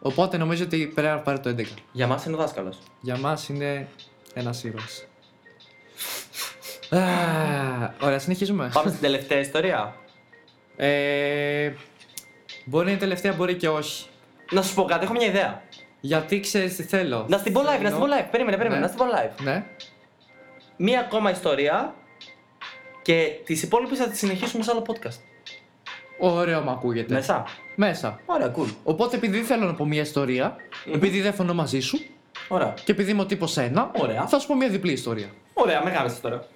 Οπότε νομίζω ότι πρέπει να πάρει το 11. Για μας είναι ο δάσκαλος. Για μας είναι ένας ήρωας. Ωραία, συνεχίζουμε. Ε. Πάμε στην τελευταία ιστορία. Ε, μπορεί να είναι τελευταία, μπορεί και όχι. Να σου πω κάτι, έχω μια ιδέα. Γιατί ξέρεις τι θέλω. Να στην πω live, να στην πω Θέλω- live. Περίμενε, περίμενε, Ναι. να στην πω live. Ναι. Μία ακόμα ιστορία και τις υπόλοιπες θα τις συνεχίσουμε σε άλλο podcast. Ωραίο μου ακούγεται. Μέσα. Μέσα. Ναι. Ωραία, cool. Οπότε επειδή δεν θέλω να πω μια ιστορία, Μμμ. επειδή δεν φωνώ μαζί σου Ωραία. και επειδή είμαι ο τύπος ένα, Ωραία. θα σου πω μια διπλή ιστορία. Ωραία, μεγάλη τώρα.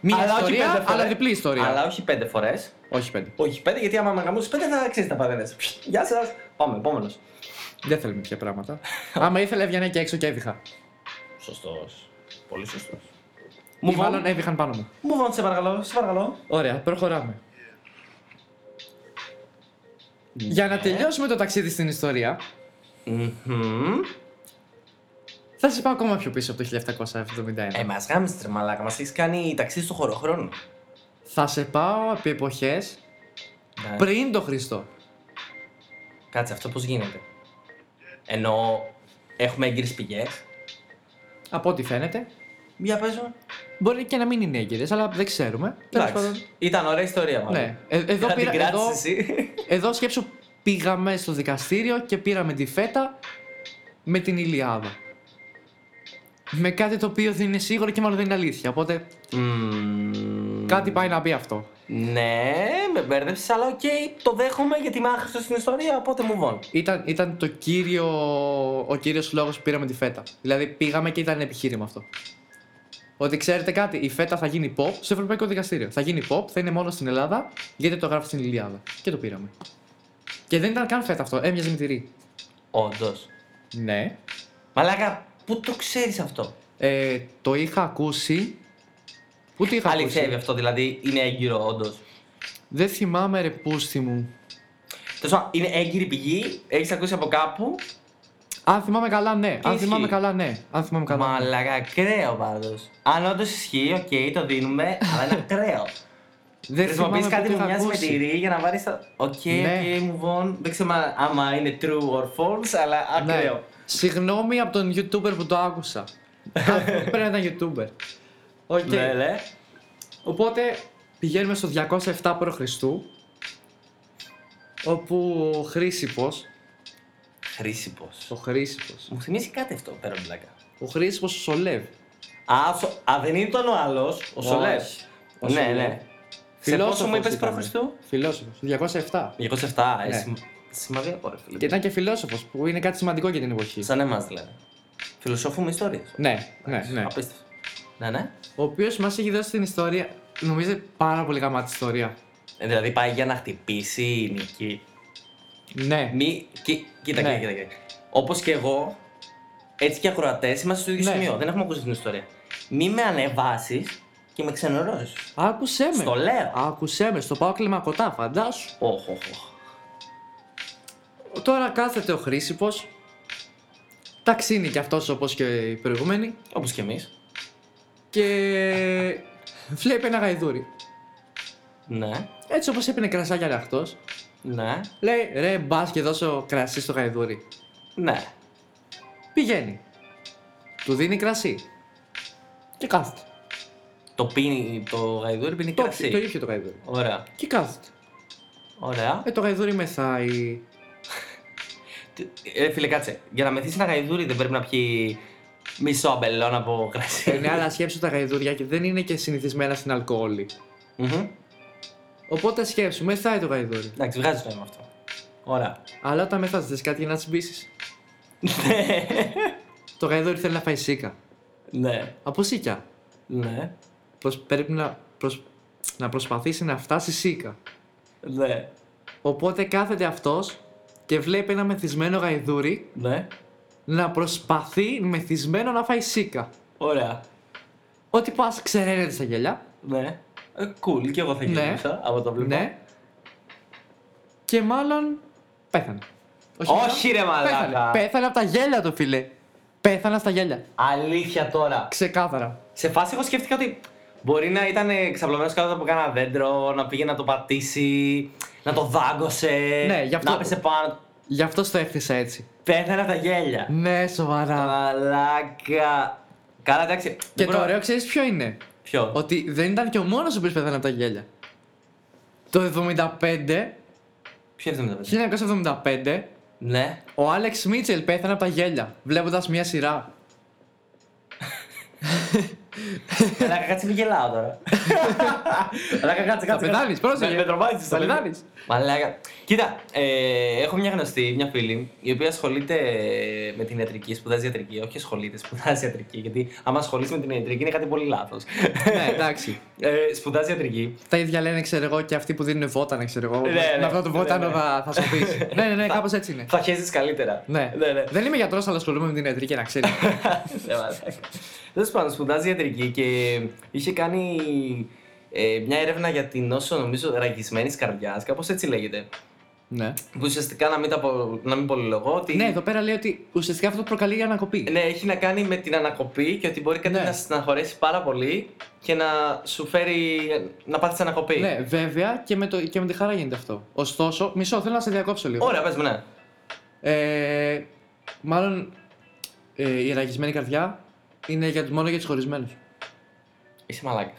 Μια Αλλά όχι ιστορία, πέντε φορές. αλλά διπλή ιστορία. Αλλά όχι πέντε φορές. Όχι πέντε. Όχι πέντε, γιατί άμα με γαμούσε πέντε θα ξέρεις τα παρένε. Γεια σας. Πάμε, επόμενος. Δεν θέλουμε πια πράγματα. Άμα ήθελα, έβγαινα και έξω και έβηχα. Σωστός. Πολύ ε. σωστός. Μου Μου μάλλον βάλουν. έβηχαν πάνω μου. Μου βάλουν, σε παρακαλώ. Σε παρακαλώ. Ωραία, προχωράμε. Ναι. Για Ε. να τελειώσουμε το ταξίδι στην ιστορία, Μμμ. θα σε πάω ακόμα πιο πίσω από το 1771. Ε, μας γάμισε τρε μαλάκα, μας έχεις κάνει ταξίδι στο χωροχρόνο. Θα σε πάω επί εποχές Ναι. πριν το Χριστό. Κάτσε, αυτό πώς γίνεται. Ενώ έχουμε έγκυρες πηγές. Από ό,τι φαίνεται. Για παίζω. Μπορεί και να μην είναι έγκυρες, αλλά δεν ξέρουμε. Τέλος πάντων, Εντάξει. Ήταν ωραία ιστορία, μάλλον. Ναι. Ε, εδώ, Θα την πήρα, κράτησες εδώ, εσύ. εδώ σκέψου πήγαμε στο δικαστήριο και πήραμε τη φέτα με την Ηλιάδα. Με κάτι το οποίο δεν είναι σίγουρο και μάλλον δεν είναι αλήθεια. Οπότε Μμμ. κάτι πάει να μπει αυτό. Ναι, με μπέρδεψες, αλλά οκ, το δέχομαι γιατί είμαι άχρηστο στην ιστορία, οπότε μου βόν. Ήταν, ήταν το κύριο, ο κύριος λόγος που πήραμε τη φέτα. Δηλαδή πήγαμε και ήταν επιχείρημα αυτό. Ότι ξέρετε κάτι, η φέτα θα γίνει pop στο Ευρωπαϊκό Δικαστήριο. Θα γίνει pop, θα είναι μόνο στην Ελλάδα, γιατί το γράφει στην Ηλιάδα. Και το πήραμε. Και δεν ήταν καν φέτα αυτό, έμοιαζε με τυρί. Όντως. Ναι. Μαλάκα, πού το ξέρεις αυτό. Ε, το είχα ακούσει. Ούτε είχα Αληθεύει ακούσει. αυτό, δηλαδή είναι έγκυρο, όντως. Δεν θυμάμαι ρε πούστη μου. Τέλος πάντων, είναι έγκυρη πηγή, έχεις ακούσει από κάπου. Αν θυμάμαι καλά, ναι. Αν ισχύει? θυμάμαι καλά, ναι. Αν θυμάμαι καλά. Μαλάκα, ακραίο πάντως. Αν όντως ισχύει, οκ, το δίνουμε, αλλά είναι ακραίο. Δεν Χρησιμοποιεί θυμάμαι κάτι πότε που είχα μοιάζει με ακούσει. τυρί για να βάλεις. τα- Οκ, οκ, Ναι. move on. Δεν ξέρω αν- άμα είναι true or false, αλλά Ναι. ακραίο. Συγγνώμη από τον YouTuber που το άκουσα. Αυτό Πρέπει να ήταν YouTuber. Οκ. Ναι, λε. Οπότε πηγαίνουμε στο 207 π.Χ. Όπου ο Χρήσιπος, Χρήσιμος. ο Χρήσιπος, Μου θυμίζει κάτι αυτό πέρα από την πλάκα. ο Χρήσιπος ο Σολεύ, Α, σο... Α, δεν ήταν ο άλλος, ο Σολέ. Όχι. Ο Ναι, Σολεύ. ναι. Σε Φιλόσοφος πόσο μου είπες ήταν. προ Χριστού, φιλόσοφος, του 207. 207. Ναι. Ε, σημαδία, ωραία, φίλε. Και ήταν και φιλόσοφος, που είναι κάτι σημαντικό για την εποχή. Σαν εμάς δηλαδή. Φιλοσοφούμε ιστορίες. Ναι, ναι, ναι. Απίστευτο. Ναι, ναι. Ο οποίος μας έχει δώσει την ιστορία. Νομίζω πάρα πολύ γαμάτη ιστορία. Ε, δηλαδή πάει για να χτυπήσει η νική. Ναι. Μη... Κοι... Κοίτα, Ναι. κοίτα, κοίτα. Όπως και εγώ, έτσι και ακροατές είμαστε στο ίδιο Ναι. σημείο. Δεν έχουμε ακούσει την ιστορία. Μη με ανεβάσεις και με ξενερώσεις. Άκουσέ με. Στο λέω. Άκουσέ με, στο πάω κλιμακωτά, φαντάσου. Όχι, όχι, όχι. Τώρα κάθεται ο Χρήσιπος. Ταξίνει κι αυτός όπως και οι προηγούμενοι. Όπως και εμείς. Και βλέπει ένα γαϊδούρι. Ναι, Έτσι όπως έπινε κρασάκια ρε αυτός. ναι, Λέει ρε μπας και δώσω κρασί στο γαϊδούρι. ναι. Πηγαίνει. Του δίνει κρασί. Και κάθεται. Το Το πίνει το γαϊδούρι, πίνει Το, κρασί. το ήπια το γαϊδούρι. Ωραία. Και κάθεται. Ωραία. Ε, το γαϊδούρι μεθάει. Τι- Ε, φίλε, κάτσε. Για να μεθύσει ένα γαϊδούρι δεν πρέπει να πιει μισό αμπελόν από κρασί. Ε, ναι, αλλά σκέψου τα γαϊδούρια και δεν είναι και συνηθισμένα στην αλκοόλη. Μμμ. Οπότε σκέψου, μεθάει το γαϊδούρι. Εντάξει, βγάζει νόημα αυτό. Ωραία. Αλλά όταν μεθάς, θες κάτι για να τσιμπήσεις. το γαϊδούρι θέλει να φάει σίκα. ναι. Από σίκα. Ναι. Προσ... Πρέπει να, προσ... να προσπαθήσει να φτάσει σίκα. Ναι. Οπότε κάθεται αυτός και βλέπει ένα μεθυσμένο γαϊδούρι Ναι. να προσπαθεί μεθυσμένο να φάει σίκα. Ωραία. Ότι πας ξεραίνεται στα γυαλιά. Ναι. Ε, cool, και εγώ θα Ναι. γυρίσω από το βλέπω. Ναι. Και μάλλον πέθανε. Όχι, μάλλον, ρε μαλάκα. Πέθανε. πέθανε από τα γέλια το φίλε. Πέθανε στα γέλια. Αλήθεια τώρα. Ξεκάθαρα. Σε φάση εγώ σκέφτηκα ότι μπορεί να ήταν εξαπλωμένος κάτω από κάνα δέντρο, να πήγε να το πατήσει, να το δάγκωσε. Ναι, γι' αυτό- Να πέσε πάνω. Γι' αυτό στο έχτισα έτσι. Πέθανε από τα γέλια. Ναι, σοβαρά. Μαλάκα. Καλά, εντάξει. Και δεν το μπορώ- ωραίο ξέρεις ποιο είναι. Ποιο. Ότι δεν ήταν και ο μόνος ο οποίος πέθανε από τα γέλια. Το 75, Ποιο είναι το 1975, Ναι. ο Άλεξ Μίτσελ πέθανε από τα γέλια, βλέποντας μια σειρά. Μαλάκα, κάτσε μην γελάω τώρα. Μαλάκα, κάτσε, κάτσε. πεθάνεις, πρόσεχε. Με- Με τρομάζεις, Θα το λέω. πεθάνεις. Μαλάκα. Κοίτα, ε, έχω μια γνωστή, μια φίλη, η οποία ασχολείται ε, με την ιατρική, σπουδάζει ιατρική. Όχι ασχολείται, σπουδάζει ιατρική. Γιατί άμα ασχολείσαι με την ιατρική είναι κάτι πολύ λάθος. ναι, εντάξει. ε, σπουδάζει ιατρική. Τα ίδια λένε, ξέρω εγώ, και αυτοί που δίνουν βότανα, ξέρω εγώ. Ναι, με- ναι, με αυτό το ναι, βότανο ναι. θα, θα σωθεί. ναι, ναι, ναι, κάπως έτσι είναι. Θα χέζεις καλύτερα. ναι. ναι. ναι. Δεν είμαι γιατρός, αλλά ασχολούμαι με την ιατρική, να ξέρεις. Ναι, μαλάκα. Τέλος πάντων, σπουδάζει ιατρική και είχε κάνει ε, μια έρευνα για την νόσο, νομίζω, ραγισμένης καρδιάς, κάπως έτσι λέγεται. ναι. Που ουσιαστικά να μην, τα πο- να μην πολυλογώ, ότι ναι, εδώ πέρα λέει ότι ουσιαστικά αυτό προκαλεί η ανακοπή. Ναι, έχει να κάνει με την ανακοπή και ότι μπορεί κάτι Ναι. να σε στεναχωρέσει πάρα πολύ και να σου φέρει να πάθεις ανακοπή. Ναι, βέβαια και με, το, και με τη χαρά γίνεται αυτό. Ωστόσο, μισό, θέλω να σε διακόψω λίγο. Ωραία, πες μου, ναι. Ε, μάλλον ε, η ραγισμένη καρδιά είναι για, μόνο για του χωρισμένου. Είσαι μαλάκα.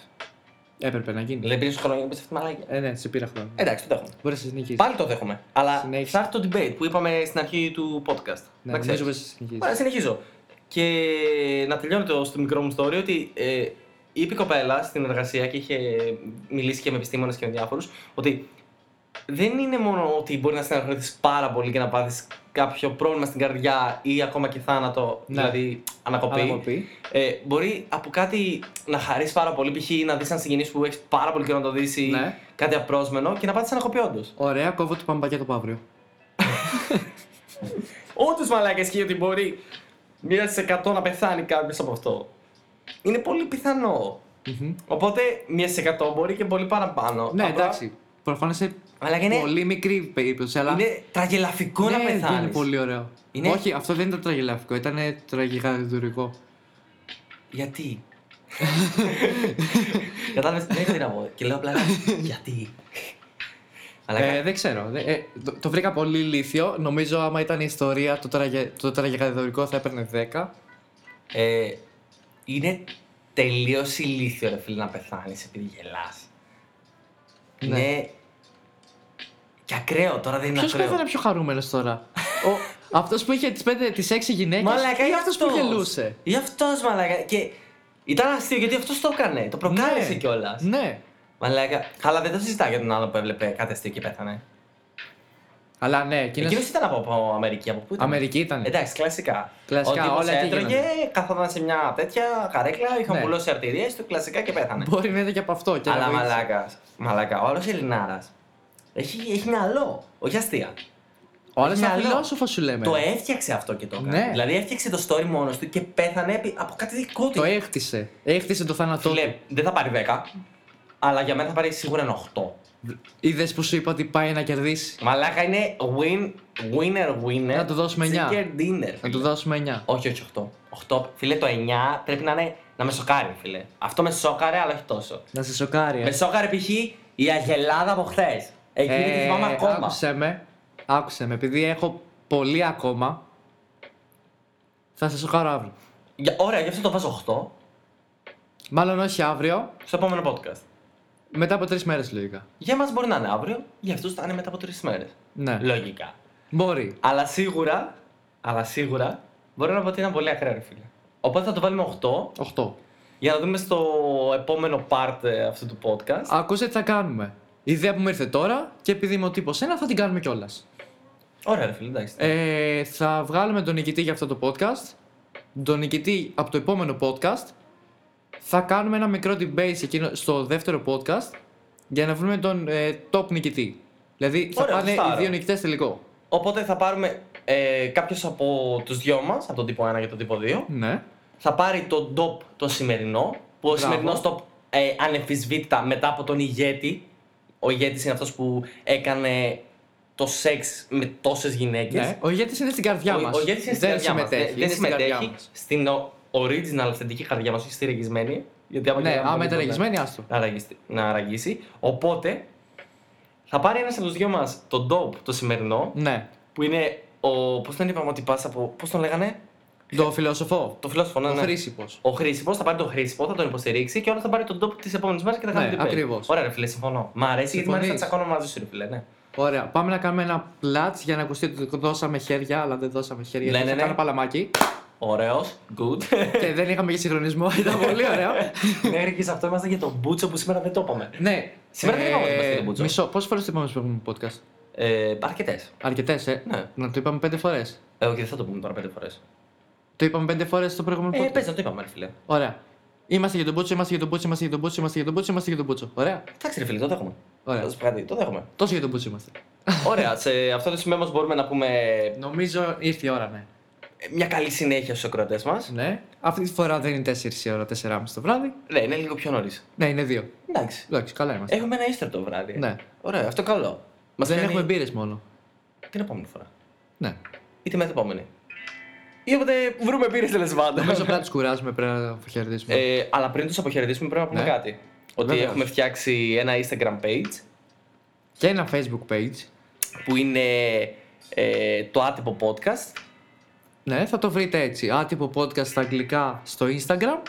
Έπρεπε να γίνει. Δεν πήρε χρόνια που είσαι αυτή μαλάκια. Ε, ναι, σε πήρα χρόνο. Εντάξει, το δέχομαι. Μπορείς να σε συνεχίσεις. Πάλι το δέχομαι. Αλλά Συνέχισε. θα έρθει το debate που είπαμε στην αρχή του podcast. Ναι, Να ξέρεις. νομίζω μπορείς να Ωραία, σε συνεχίσει. συνεχίζω. Και να τελειώνω το στο μικρό μου story ότι ε, είπε η κοπέλα στην εργασία και είχε μιλήσει και με επιστήμονες και με διάφορους ότι δεν είναι μόνο ότι μπορεί να συναγωνιστεί πάρα πολύ και να πάθεις κάποιο πρόβλημα στην καρδιά ή ακόμα και θάνατο, Ναι. δηλαδή ανακοπή. Ανακοπή. Ε, μπορεί από κάτι να χαρείς πάρα πολύ, π.χ. να δεις έναν συγγενής που έχεις πάρα πολύ καιρό να το δεις ή Ναι. κάτι απρόσμενο και να πάθεις ανακοπή όντως. Ωραία, κόβω το παμπακέτο από αύριο. Όντω μαλάκα ισχύει ότι μπορεί μία σε εκατό να πεθάνει κάποιος από αυτό. Είναι πολύ πιθανό. Μμμ. Οπότε μία σε εκατό μπορεί και πολύ παραπάνω. Ναι, Απλά- εντάξει. Προφανώς είναι Αλλά και είναι, πολύ μικρή περίπτωση, αλλά. είναι τραγελαφικό να ναι, δεν πεθάνει. είναι πολύ ωραίο. Είναι- Όχι, αυτό δεν ήταν τραγελαφικό, ήταν τραγικαδουρικό. Γιατί. Κατάλαβες, δεν ξέρω εγώ. Και λέω απλά γιατί. Αλλά Ε, δεν ξέρω. δε- ε, το, το βρήκα πολύ ηλίθιο. Νομίζω άμα ήταν η ιστορία, το, τραγε, το τραγικαδουρικό θα έπαιρνε 10. ε, είναι τελείως ηλίθιο ρε φίλε να πεθάνεις επειδή γελάς. Ναι. Είναι. Και ακραίο τώρα δεν είναι Ποιος ακραίο. καθένα πιο χαρούμενος τώρα. Ο, αυτός που είχε τις, πέντε, τις έξι γυναίκες Μαλάκα, ή ή αυτός που γελούσε. Ή αυτός, μαλάκα. Και ήταν αστείο γιατί αυτός το έκανε. Το προκάλεσε Ναι. κιόλας. Ναι. Μαλάκα. Καλά, δεν το συζητά για τον άλλο που έβλεπε κάτι αστείο και πέθανε. Αλλά ναι, Εκείνο εκείνος... ήταν από, από Αμερική, από πού ήταν. Αμερική ήταν. Εντάξει, κλασικά. Κλασικά, Ο τύπος όλα εκεί έτρωγε, καθόταν σε μια τέτοια καρέκλα, είχαν Ναι. πουλώσει αρτηρίες του, κλασικά και πέθανε. Μπορεί να ήταν και από αυτό. Και να ναι. Αλλά βοήθησε. μαλάκα. Μαλάκα. Ο άλλος Ελληνάρας έχει, έχει μυαλό. Όχι αστεία. Ο άλλος Έχει ήταν μυαλό. φιλόσοφος σου λέμε. Το έφτιαξε αυτό και το έκανε. Ναι. Δηλαδή έφτιαξε το story μόνος του και πέθανε επί- από κάτι δικό του. Το έχτισε. Έχτισε το θάνατό του. Φίλε, δεν θα πάρει 10, αλλά για μένα θα πάρει σίγουρα ένα 8. Είδες που σου είπα ότι πάει να κερδίσει. Μαλάκα είναι win, winner, winner. Να του δώσουμε εννιά. Chicken dinner. Να του δώσουμε 9. Όχι, όχι, 8. 8. Φίλε, το 9 πρέπει να είναι. να με σοκάρει, φίλε. Αυτό με σοκάρε, αλλά όχι τόσο. Να σε σοκάρει. ε. Με σοκάρε π.χ. η Αγελάδα από χθες. Εκείνη Ε, τη θυμάμαι Ε, ακόμα. Άκουσε με, άκουσε με, επειδή έχω πολύ ακόμα. Θα σε σοκάρω αύριο. Για, ωραία, γι' αυτό το βάζω 8. Μάλλον όχι αύριο, Στο επόμενο podcast. μετά από τρεις μέρες λογικά. Για εμάς μπορεί να είναι αύριο, για αυτούς θα είναι μετά από τρεις μέρες. Ναι. Λογικά. Μπορεί. Αλλά σίγουρα, αλλά σίγουρα μπορώ να πω ότι ήταν πολύ ακραίο, ρε φίλε. Οπότε θα το βάλουμε 8 8. για να δούμε στο επόμενο part ε, αυτού του podcast. Ακούστε τι θα κάνουμε. Η ιδέα που μου ήρθε τώρα και επειδή είμαι ο τύπος 1 θα την κάνουμε κιόλας. Ωραία, ρε φίλε, εντάξει. Ε, θα βγάλουμε τον νικητή για αυτό το podcast. Τον νικητή από το επόμενο podcast. Θα κάνουμε ένα μικρό debate εκείνο, στο δεύτερο podcast για να βρούμε τον ε, top νικητή. Δηλαδή θα Ωραία, πάνε γουστάρω. οι δύο νικητές τελικό. Οπότε θα πάρουμε ε, κάποιος από τους δυο μας, από τον τύπο 1 και τον τύπο 2, Ναι. θα πάρει τον top το σημερινό, που ο Μπράβο. σημερινός top ε, ανεμφισβήτητα μετά από τον ηγέτη. Ο ηγέτης είναι αυτός που έκανε το σεξ με τόσες γυναίκες. ναι. Ο ηγέτης είναι στην καρδιά μας. Ο, ο ηγέτης είναι στην καρδιά μας. συμμετέχει. Δεν- είναι Δεν στην καρδιά συμμετέχει μας. στην ο- original αυθεντική καρδιά μας, όχι στη ρεγισμένη. Γιατί άμα Ναι, και να άμα μπορεί ήταν να- ρεγισμένοι, άστο. να ραγιστεί- να ραγίσει. Οπότε θα πάρει ένας από τους δυο μας τον top το σημερινό, Ναι. που είναι ο. Πώς τον είπαμε ότι πα από. Πώς τον λέγανε, Το φιλόσοφο. Το φιλόσοφο, ναι. Ο ναι. χρήσιπος. Ο Χρήσιπος θα πάρει τον Χρήσιπο, θα τον υποστηρίξει και όλα θα πάρει τον τόπο της επόμενης μέρας και θα Ναι, κάνει debate. ακριβώς. Ωραία, ρε φίλε, συμφωνώ. Μ' αρέσει γιατί μ' αρέσει να Συμφωνείς. τσακώνω μαζί σου, ρε φίλε. Ναι. Ωραία, πάμε να κάνουμε ένα πλάτ για να ακουστεί ότι δώσαμε χέρια, αλλά δεν δώσαμε χέρια. Ναι, γιατί ναι, θα ναι. Κάνω παλαμάκι. Ωραίος, good. και δεν είχαμε και συγχρονισμό, ήταν πολύ ωραίο. Μέχρι και σε αυτό είμαστε για τον Μπούτσο που σήμερα δεν το είπαμε. ναι. Σήμερα δεν είπαμε ότι είμαστε τον Μπούτσο. Μισό, πόσες φορές το είπαμε στο προηγούμενο podcast. Ε, Αρκετές. Αρκετές, ε. Ναι. Να το είπαμε πέντε φορές. Ε, όχι, δεν θα το πούμε τώρα πέντε φορές. Το είπαμε πέντε φορές στο προηγούμενο Ε, podcast. πες, να το είπαμε, ρε φίλε. Ωραία. Είμαστε για τον Μπούτσο, είμαστε για τον Μπούτσο, είμαστε για τον Μπούτσο, είμαστε για τον Μπούτσο, είμαστε για τον Μπούτσο. Ωραία. Εντάξει, ρε φίλε, το δέχομαι. Ωραία. Θα σου πω κάτι, το δέχομαι. Τόσο για τον Μπούτσο είμαστε. Ωραία, σε αυτό το σημείο όμω μπορούμε να πούμε Νομίζω ήρθε η ώρα, ναι. ε, μια καλή συνέχεια στους ακροατές μας. Ναι. Αυτή τη φορά δεν είναι 4 η ώρα, 4.30 το βράδυ. Ναι, είναι λίγο πιο νωρίς. Ναι, είναι 2. Εντάξει. Εντάξει, καλά είμαστε. Έχουμε ένα ύστερο το βράδυ. ε. Ναι. Ωραία, αυτό καλό. Μας δεν κάνει έχουμε μπύρες μόνο. Την επόμενη φορά. Ναι. ή τη μετεπόμενη. Ή όποτε βρούμε πύρες τέλος πάντων. Νομίζω πρέπει να τους κουράζουμε, πρέπει να του χαιρετήσουμε. Ε, αλλά πριν τους αποχαιρετήσουμε πρέπει να πούμε Ναι. κάτι. Ότι Βεβαίως. έχουμε φτιάξει ένα Instagram page και ένα Facebook page. που είναι ε, το άτυπο podcast. Ναι, θα το βρείτε έτσι. Άτυπο podcast στα αγγλικά στο Instagram.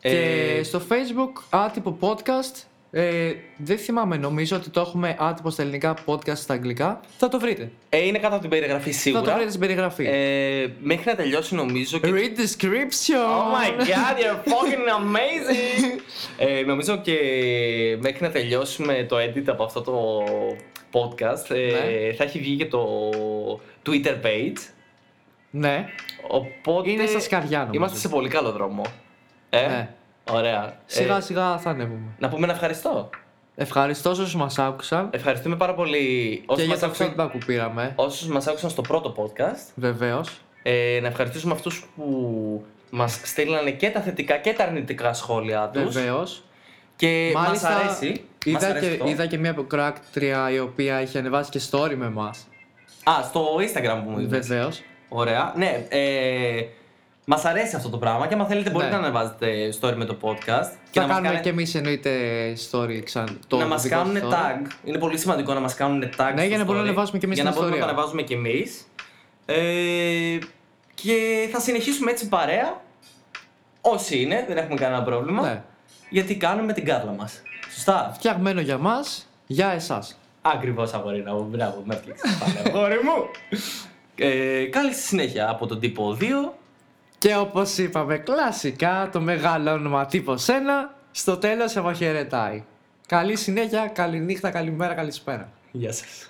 Ε, Και στο Facebook άτυπο podcast. Ε, δεν θυμάμαι, νομίζω ότι το έχουμε άτυπο στα ελληνικά podcast στα αγγλικά. Θα το βρείτε. ε, είναι κάτω από την περιγραφή Θα το Ε, σίγουρα. βρείτε στην περιγραφή. ε, μέχρι να τελειώσει νομίζω και... Read description! Oh my god, you're fucking amazing! ε, νομίζω και μέχρι να τελειώσουμε το edit από αυτό το podcast ε, θα έχει βγει και το Twitter page Ναι, Οπότε. Είναι στα σκαριά, νομίζω. Είμαστε σε πολύ καλό δρόμο. Ε. Ναι. Ωραία. σιγά Ε, σιγά θα ανέβουμε. να πούμε ένα ευχαριστώ. Ευχαριστώ όσους μας άκουσαν Ευχαριστούμε πάρα πολύ και Ε, όσους για μας, το άκουσαν, feedback που πήραμε. όσους μας άκουσαν στο πρώτο podcast. Βεβαίως. Ε, να ευχαριστήσουμε αυτούς που μας στείλανε και τα θετικά και τα αρνητικά σχόλια τους. Βεβαίως. Και Ε, μας αρέσει. μας Είδα, αρέσει και, αυτό. είδα και μια κράκτρια η οποία είχε ανεβάσει και story με εμά. Α, στο Instagram που μου είπες. Βεβαίως. Ωραία. Ναι, ε, μας αρέσει αυτό το πράγμα και αν θέλετε μπορείτε Ναι. να ανεβάζετε story με το podcast. Θα να μας κάνουμε κάνετε- και εμείς εννοείται story ξανά. να μας κάνουν tag. Είναι πολύ σημαντικό να μας κάνουν tag. Ναι, στο για να μπορούμε να story, ανεβάζουμε κι εμείς Για να την μπορούμε να ιστορία. το ανεβάζουμε κι εμείς. Ε, και θα συνεχίσουμε έτσι παρέα. Όσοι είναι, δεν έχουμε κανένα πρόβλημα. Ναι. Γιατί κάνουμε την κάρτα μας. Σωστά. Φτιαγμένο για μας, για εσάς. Ακριβώς αγορίνα μου. Μπράβο, με έφτιαξε. Αγόρι μου. Ε, καλή συνέχεια από τον τύπο 2. Και όπως είπαμε κλασικά, το μεγάλο όνομα τύπο 1 στο τέλος αποχαιρετάει. Καλή συνέχεια, καλή νύχτα, καλημέρα, καλησπέρα. Γεια σας.